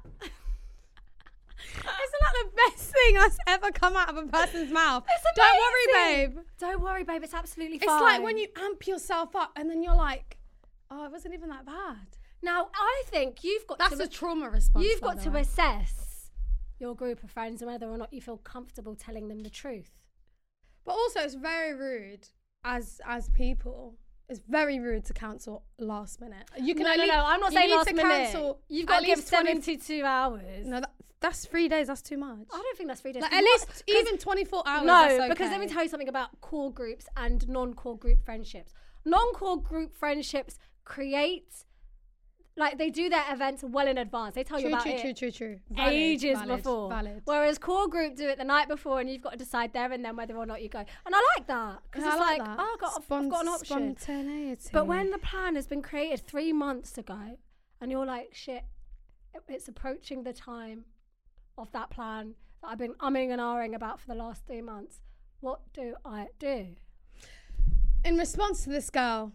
S2: Isn't that the best thing that's ever come out of a (laughs) person's mouth?
S1: It's
S2: Don't worry,
S1: amazing.
S2: babe.
S1: Don't worry, babe. It's absolutely fine.
S2: It's like when you amp yourself up and then you're like, oh, it wasn't even that bad.
S1: now. I think you've got
S2: That's
S1: to
S2: a trauma response.
S1: you've
S2: by
S1: got
S2: the
S1: to
S2: way.
S1: assess your group of friends and whether or not you feel comfortable telling them the truth.
S2: But also, it's very rude as as people. It's very rude to cancel last minute. You can
S1: no,
S2: at
S1: no,
S2: lea-
S1: no, I'm not
S2: you
S1: saying
S2: need
S1: last
S2: to
S1: minute.
S2: cancel
S1: You've
S2: at
S1: got to give
S2: least 70
S1: 72 hours.
S2: No, that, that's three days. That's too much.
S1: I don't think that's three days.
S2: Like,
S1: because
S2: at
S1: what-
S2: least
S1: 'cause-
S2: even 24 hours.
S1: No,
S2: that's
S1: because let me
S2: okay.
S1: tell you something about core groups and non-core group friendships. Non-core group friendships create, like they do their events well in advance. They tell you
S2: True,
S1: about
S2: true,
S1: it
S2: true, true, true. Valid,
S1: ages
S2: valid,
S1: before.
S2: Valid.
S1: Whereas core group do it the night before, and you've got to decide there and then whether or not you go. And I like that because
S2: Yeah,
S1: it's
S2: I like
S1: like,
S2: that.
S1: oh, I've got, I've got an option.
S2: Spontaneity.
S1: But when the plan has been created three months ago, and you're like, shit, it- it's approaching the time of that plan that I've been umming and ahhing about for the last three months, what do I do?
S2: in response to this girl,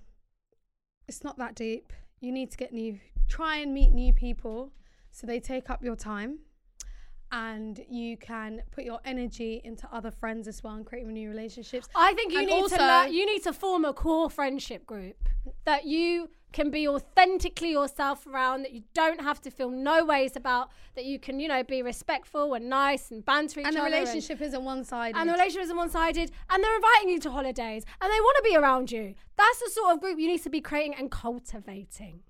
S2: it's not that deep. You need to get new, try and meet new people so they take up your time and you can put your energy into other friends as well and create new relationships.
S1: I think you
S2: And
S1: need
S2: also-
S1: to learn, you need to form a core friendship group that you can be authentically yourself around that you don't have to feel no ways about that you can you know be respectful and nice and banter each
S2: and the
S1: other
S2: relationship isn't one sided.
S1: and the relationship is one-sided and they're inviting you to holidays and they want to be around you that's the sort of group you need to be creating and cultivating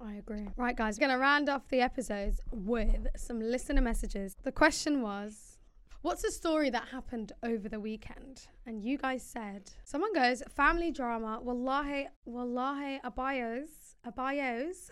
S2: I agree. Right, guys, we're going to round off the episodes with some listener messages. The question was What's a story that happened over the weekend? And you guys said, someone goes, family drama, wallahi, wallahi, abayos, abayos.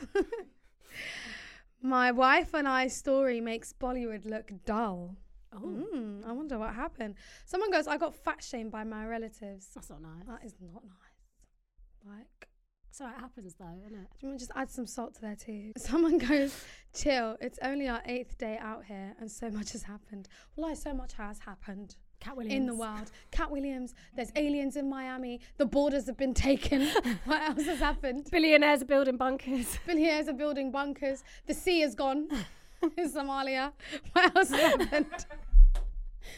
S2: (laughs) My wife and I story makes Bollywood look dull. Oh. I wonder what happened. Someone goes, I got fat shamed by my relatives.
S1: that's not nice
S2: That is not nice. Like,
S1: so it happens though isn't it
S2: do you want to just add some salt to their tea? (laughs) Someone goes, chill, it's only our eighth day out here and so much has happened. Well, so much has happened
S1: cat williams
S2: in the world. Cat Williams, there's aliens in Miami, the borders have been
S1: (laughs)
S2: taken. (laughs) what else has happened?
S1: billionaires are building (laughs) bunkers
S2: Billionaires are building bunkers, the sea is gone (laughs) in Somalia. (laughs) What else has
S1: (laughs)
S2: happened?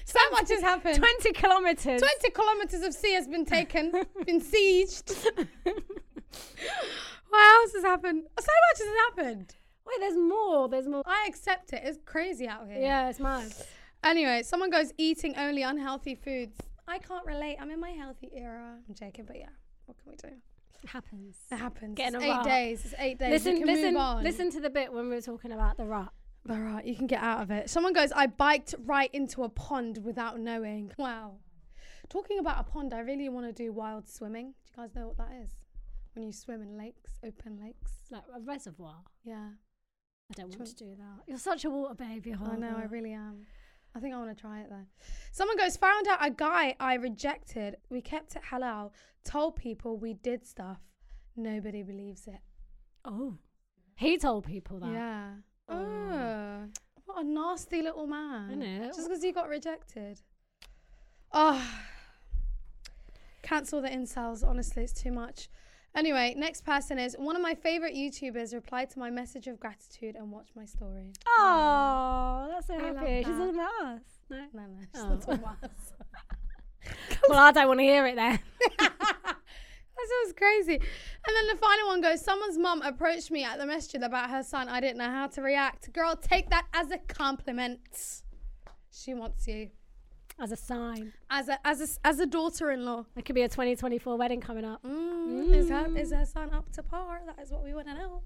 S2: So much has happened. (laughs)
S1: 20 kilometers
S2: 20 kilometers of sea has
S1: (laughs)
S2: been taken, been sieged. (laughs) what else has happened? So much has happened.
S1: wait there's more there's more
S2: I accept it. It's crazy out here.
S1: yeah it's mad
S2: Anyway, someone goes eating only unhealthy foods. I can't relate. I'm in my healthy era. I'm joking, but yeah. What can we do?
S1: it happens
S2: It happens.
S1: Get in
S2: it's
S1: a
S2: eight
S1: rut.
S2: days. It's eight days.
S1: listen,
S2: you can
S1: listen,
S2: move on.
S1: listen to the bit when we were talking about the rut.
S2: All right, you can get out of it. Someone goes, I biked right into a pond without knowing. Wow. Talking about a pond, I really want to do wild swimming. Do you guys know what that is? When you swim in lakes, open lakes.
S1: Like a reservoir.
S2: Yeah.
S1: I don't want
S2: want-
S1: to do that. You're such a water baby.
S2: I know, I
S1: Holger.
S2: really am. I think I want to try it though. Someone goes, found out a guy I rejected. We kept it halal, told people we did stuff. Nobody believes it.
S1: Oh, he told people that.
S2: Yeah.
S1: Oh.
S2: Oh. What a nasty little man.
S1: Innit?
S2: Just because you got rejected. Oh. Cancel the incels. Honestly, it's too much. Anyway, next person is one of my favorite YouTubers replied to my message of gratitude and watched my story.
S1: Oh, that's so
S2: I love
S1: happy. She's
S2: that.
S1: talking about us.
S2: (laughs)
S1: No.
S2: No, no, she's
S1: Oh.
S2: not talking about us.
S1: well, I don't want to hear it then.
S2: That sounds crazy. And then the final one goes, someone's mum approached me at the messenger about her son. I didn't know how to react. Girl, take that as a compliment. She wants you.
S1: As a sign.
S2: As a as a as a daughter-in-law.
S1: It could be a 2024 wedding coming up.
S2: Mm, Is her is her son up to par? That is what we want to know.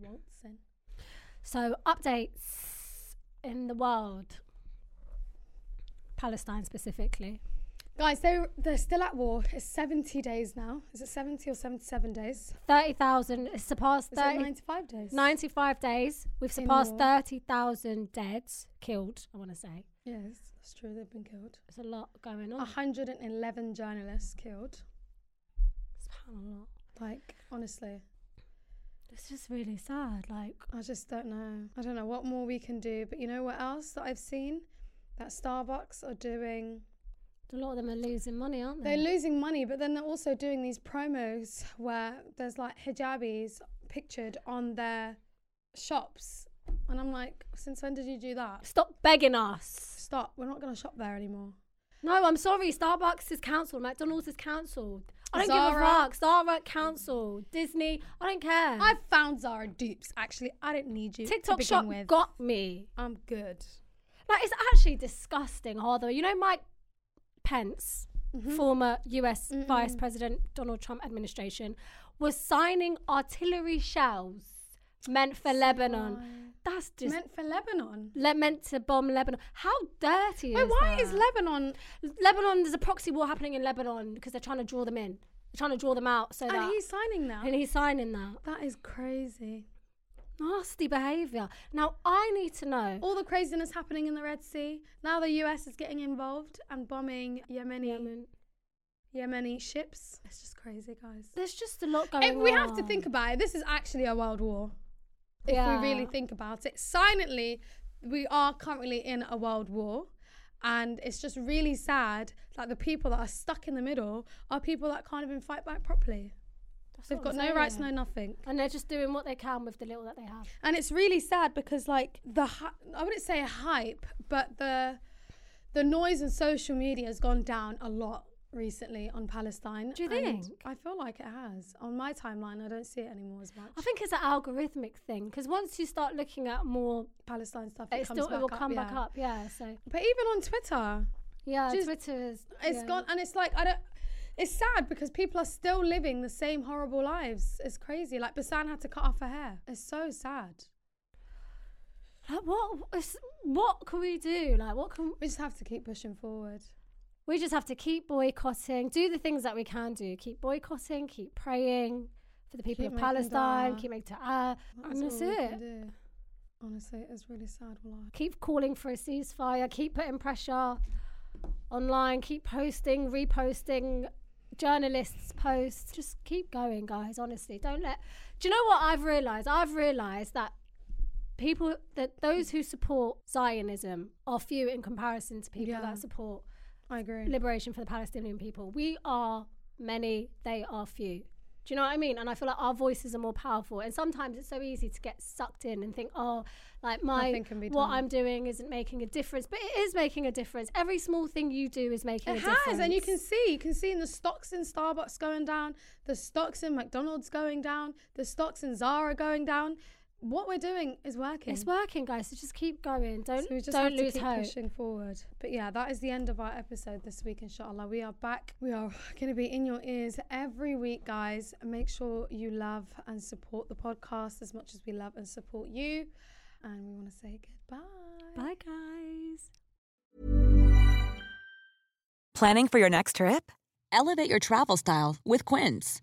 S2: Watson.
S1: So, updates in the world, Palestine specifically.
S2: Guys, they they're still at war. It's 70 days now. Is it 70 or 77 days?
S1: 30,000, it's surpassed
S2: Is it
S1: 30,
S2: 95 days?
S1: 95 days. We've
S2: In
S1: surpassed
S2: war.
S1: 30,000 dead, killed, I want to say.
S2: Yes, that's true. They've been killed.
S1: There's a lot going on.
S2: 111 journalists killed.
S1: Subhanallah.
S2: Like honestly.
S1: It's just really sad. Like,
S2: I just don't know. I don't know what more we can do. But you know what else that I've seen? That Starbucks are doing.
S1: a lot of them are losing money, aren't they?
S2: They're losing money, but then they're also doing these promos where there's like hijabis pictured on their shops. And I'm like, since when did you do that?
S1: Stop begging us.
S2: Stop. We're not going to shop there anymore.
S1: No, I'm sorry. Starbucks is cancelled. McDonald's is cancelled. I don't give a
S2: Zara.
S1: fuck. Zara cancelled. Disney. I don't care.
S2: I found Zara dupes, actually. I didn't need you. to
S1: TikTok
S2: begin
S1: shop
S2: with.
S1: got me.
S2: I'm good.
S1: Like it's actually disgusting, although you know Mike Pence, former US Vice President Donald Trump administration, was signing artillery shells meant for Lebanon. That's just meant,
S2: meant for Lebanon.
S1: le- meant to bomb Lebanon. How dirty
S2: Wait,
S1: is
S2: why
S1: that?
S2: is Lebanon?
S1: uh, Lebanon, there's a proxy war happening in Lebanon because they're trying to draw them in. They're trying to draw them out so that
S2: And he's signing now.
S1: and he's signing that.
S2: That is crazy.
S1: Nasty behaviour. Now I need to know.
S2: All the craziness happening in the Red Sea. Now the US is getting involved and bombing Yemeni
S1: Yemen.
S2: Yemeni ships. It's just crazy, guys.
S1: There's just a lot going
S2: If
S1: on.
S2: we have to think about it, this is actually a world war. If
S1: Yeah.
S2: we really think about it, silently, we are currently in a world war. And it's just really sad that the people that are stuck in the middle are people that can't even fight back properly.
S1: That's
S2: They've
S1: what I'm
S2: got no rights,
S1: saying.
S2: no nothing.
S1: And they're just doing what they can with the little that they have.
S2: and it's really sad because like the hy- I wouldn't say hype, but the the noise in social media has gone down a lot recently on Palestine.
S1: Do you
S2: and
S1: think?
S2: I feel like it has. On my timeline, I don't see it anymore as much.
S1: I think it's an algorithmic thing because once you start looking at more,
S2: Palestine stuff
S1: it,
S2: it
S1: still
S2: comes
S1: it will
S2: back
S1: come
S2: yeah.
S1: back up. Yeah. So
S2: But even on Twitter,
S1: yeah,
S2: Just-
S1: Twitter is
S2: it's
S1: yeah.
S2: gone, and it's like I don't. It's sad because people are still living the same horrible lives. It's crazy. Like Basan had to cut off her hair. It's so sad.
S1: Like, what? It's, what can we do? Like, what can
S2: We just have to keep pushing forward.
S1: we just have to keep boycotting? Do the things that we can do. Keep boycotting. Keep praying for the people of
S2: Keep making
S1: Palestine.
S2: dua.
S1: Keep making dua, and that's
S2: all we
S1: it.
S2: can do. Honestly, it's really sad. Wallahi.
S1: keep calling for a ceasefire, keep putting pressure online, keep posting, reposting journalists' posts. Just keep going, guys, honestly. Don't let Do you know what I've realized? I've realized that people that those who support Zionism are few in comparison to people
S2: Yeah.
S1: that support
S2: I agree.
S1: liberation for the Palestinian people. We are many, they are few. Do you know what I mean? And I feel like our voices are more powerful. And sometimes it's so easy to get sucked in and think, oh, like my
S2: Nothing can be
S1: what
S2: done.
S1: I'm doing isn't making a difference. But it is making a difference. Every small thing you do is making
S2: it
S1: a
S2: has,
S1: difference.
S2: and you can see, you can see in the stocks in Starbucks going down, the stocks in McDonald's going down, the stocks in Zara going down. What we're doing is working.
S1: it's working, guys. So just keep going. Don't
S2: So we just
S1: don't
S2: have to
S1: lose
S2: keep
S1: hope.
S2: pushing forward. But yeah, that is the end of our episode this week, inshallah. We are back. We are (laughs) going to be in your ears every week, guys. Make sure you love and support the podcast as much as we love and support you. And we want to say goodbye.
S1: Bye guys.
S4: Planning for your next trip? Elevate your travel style with Quince.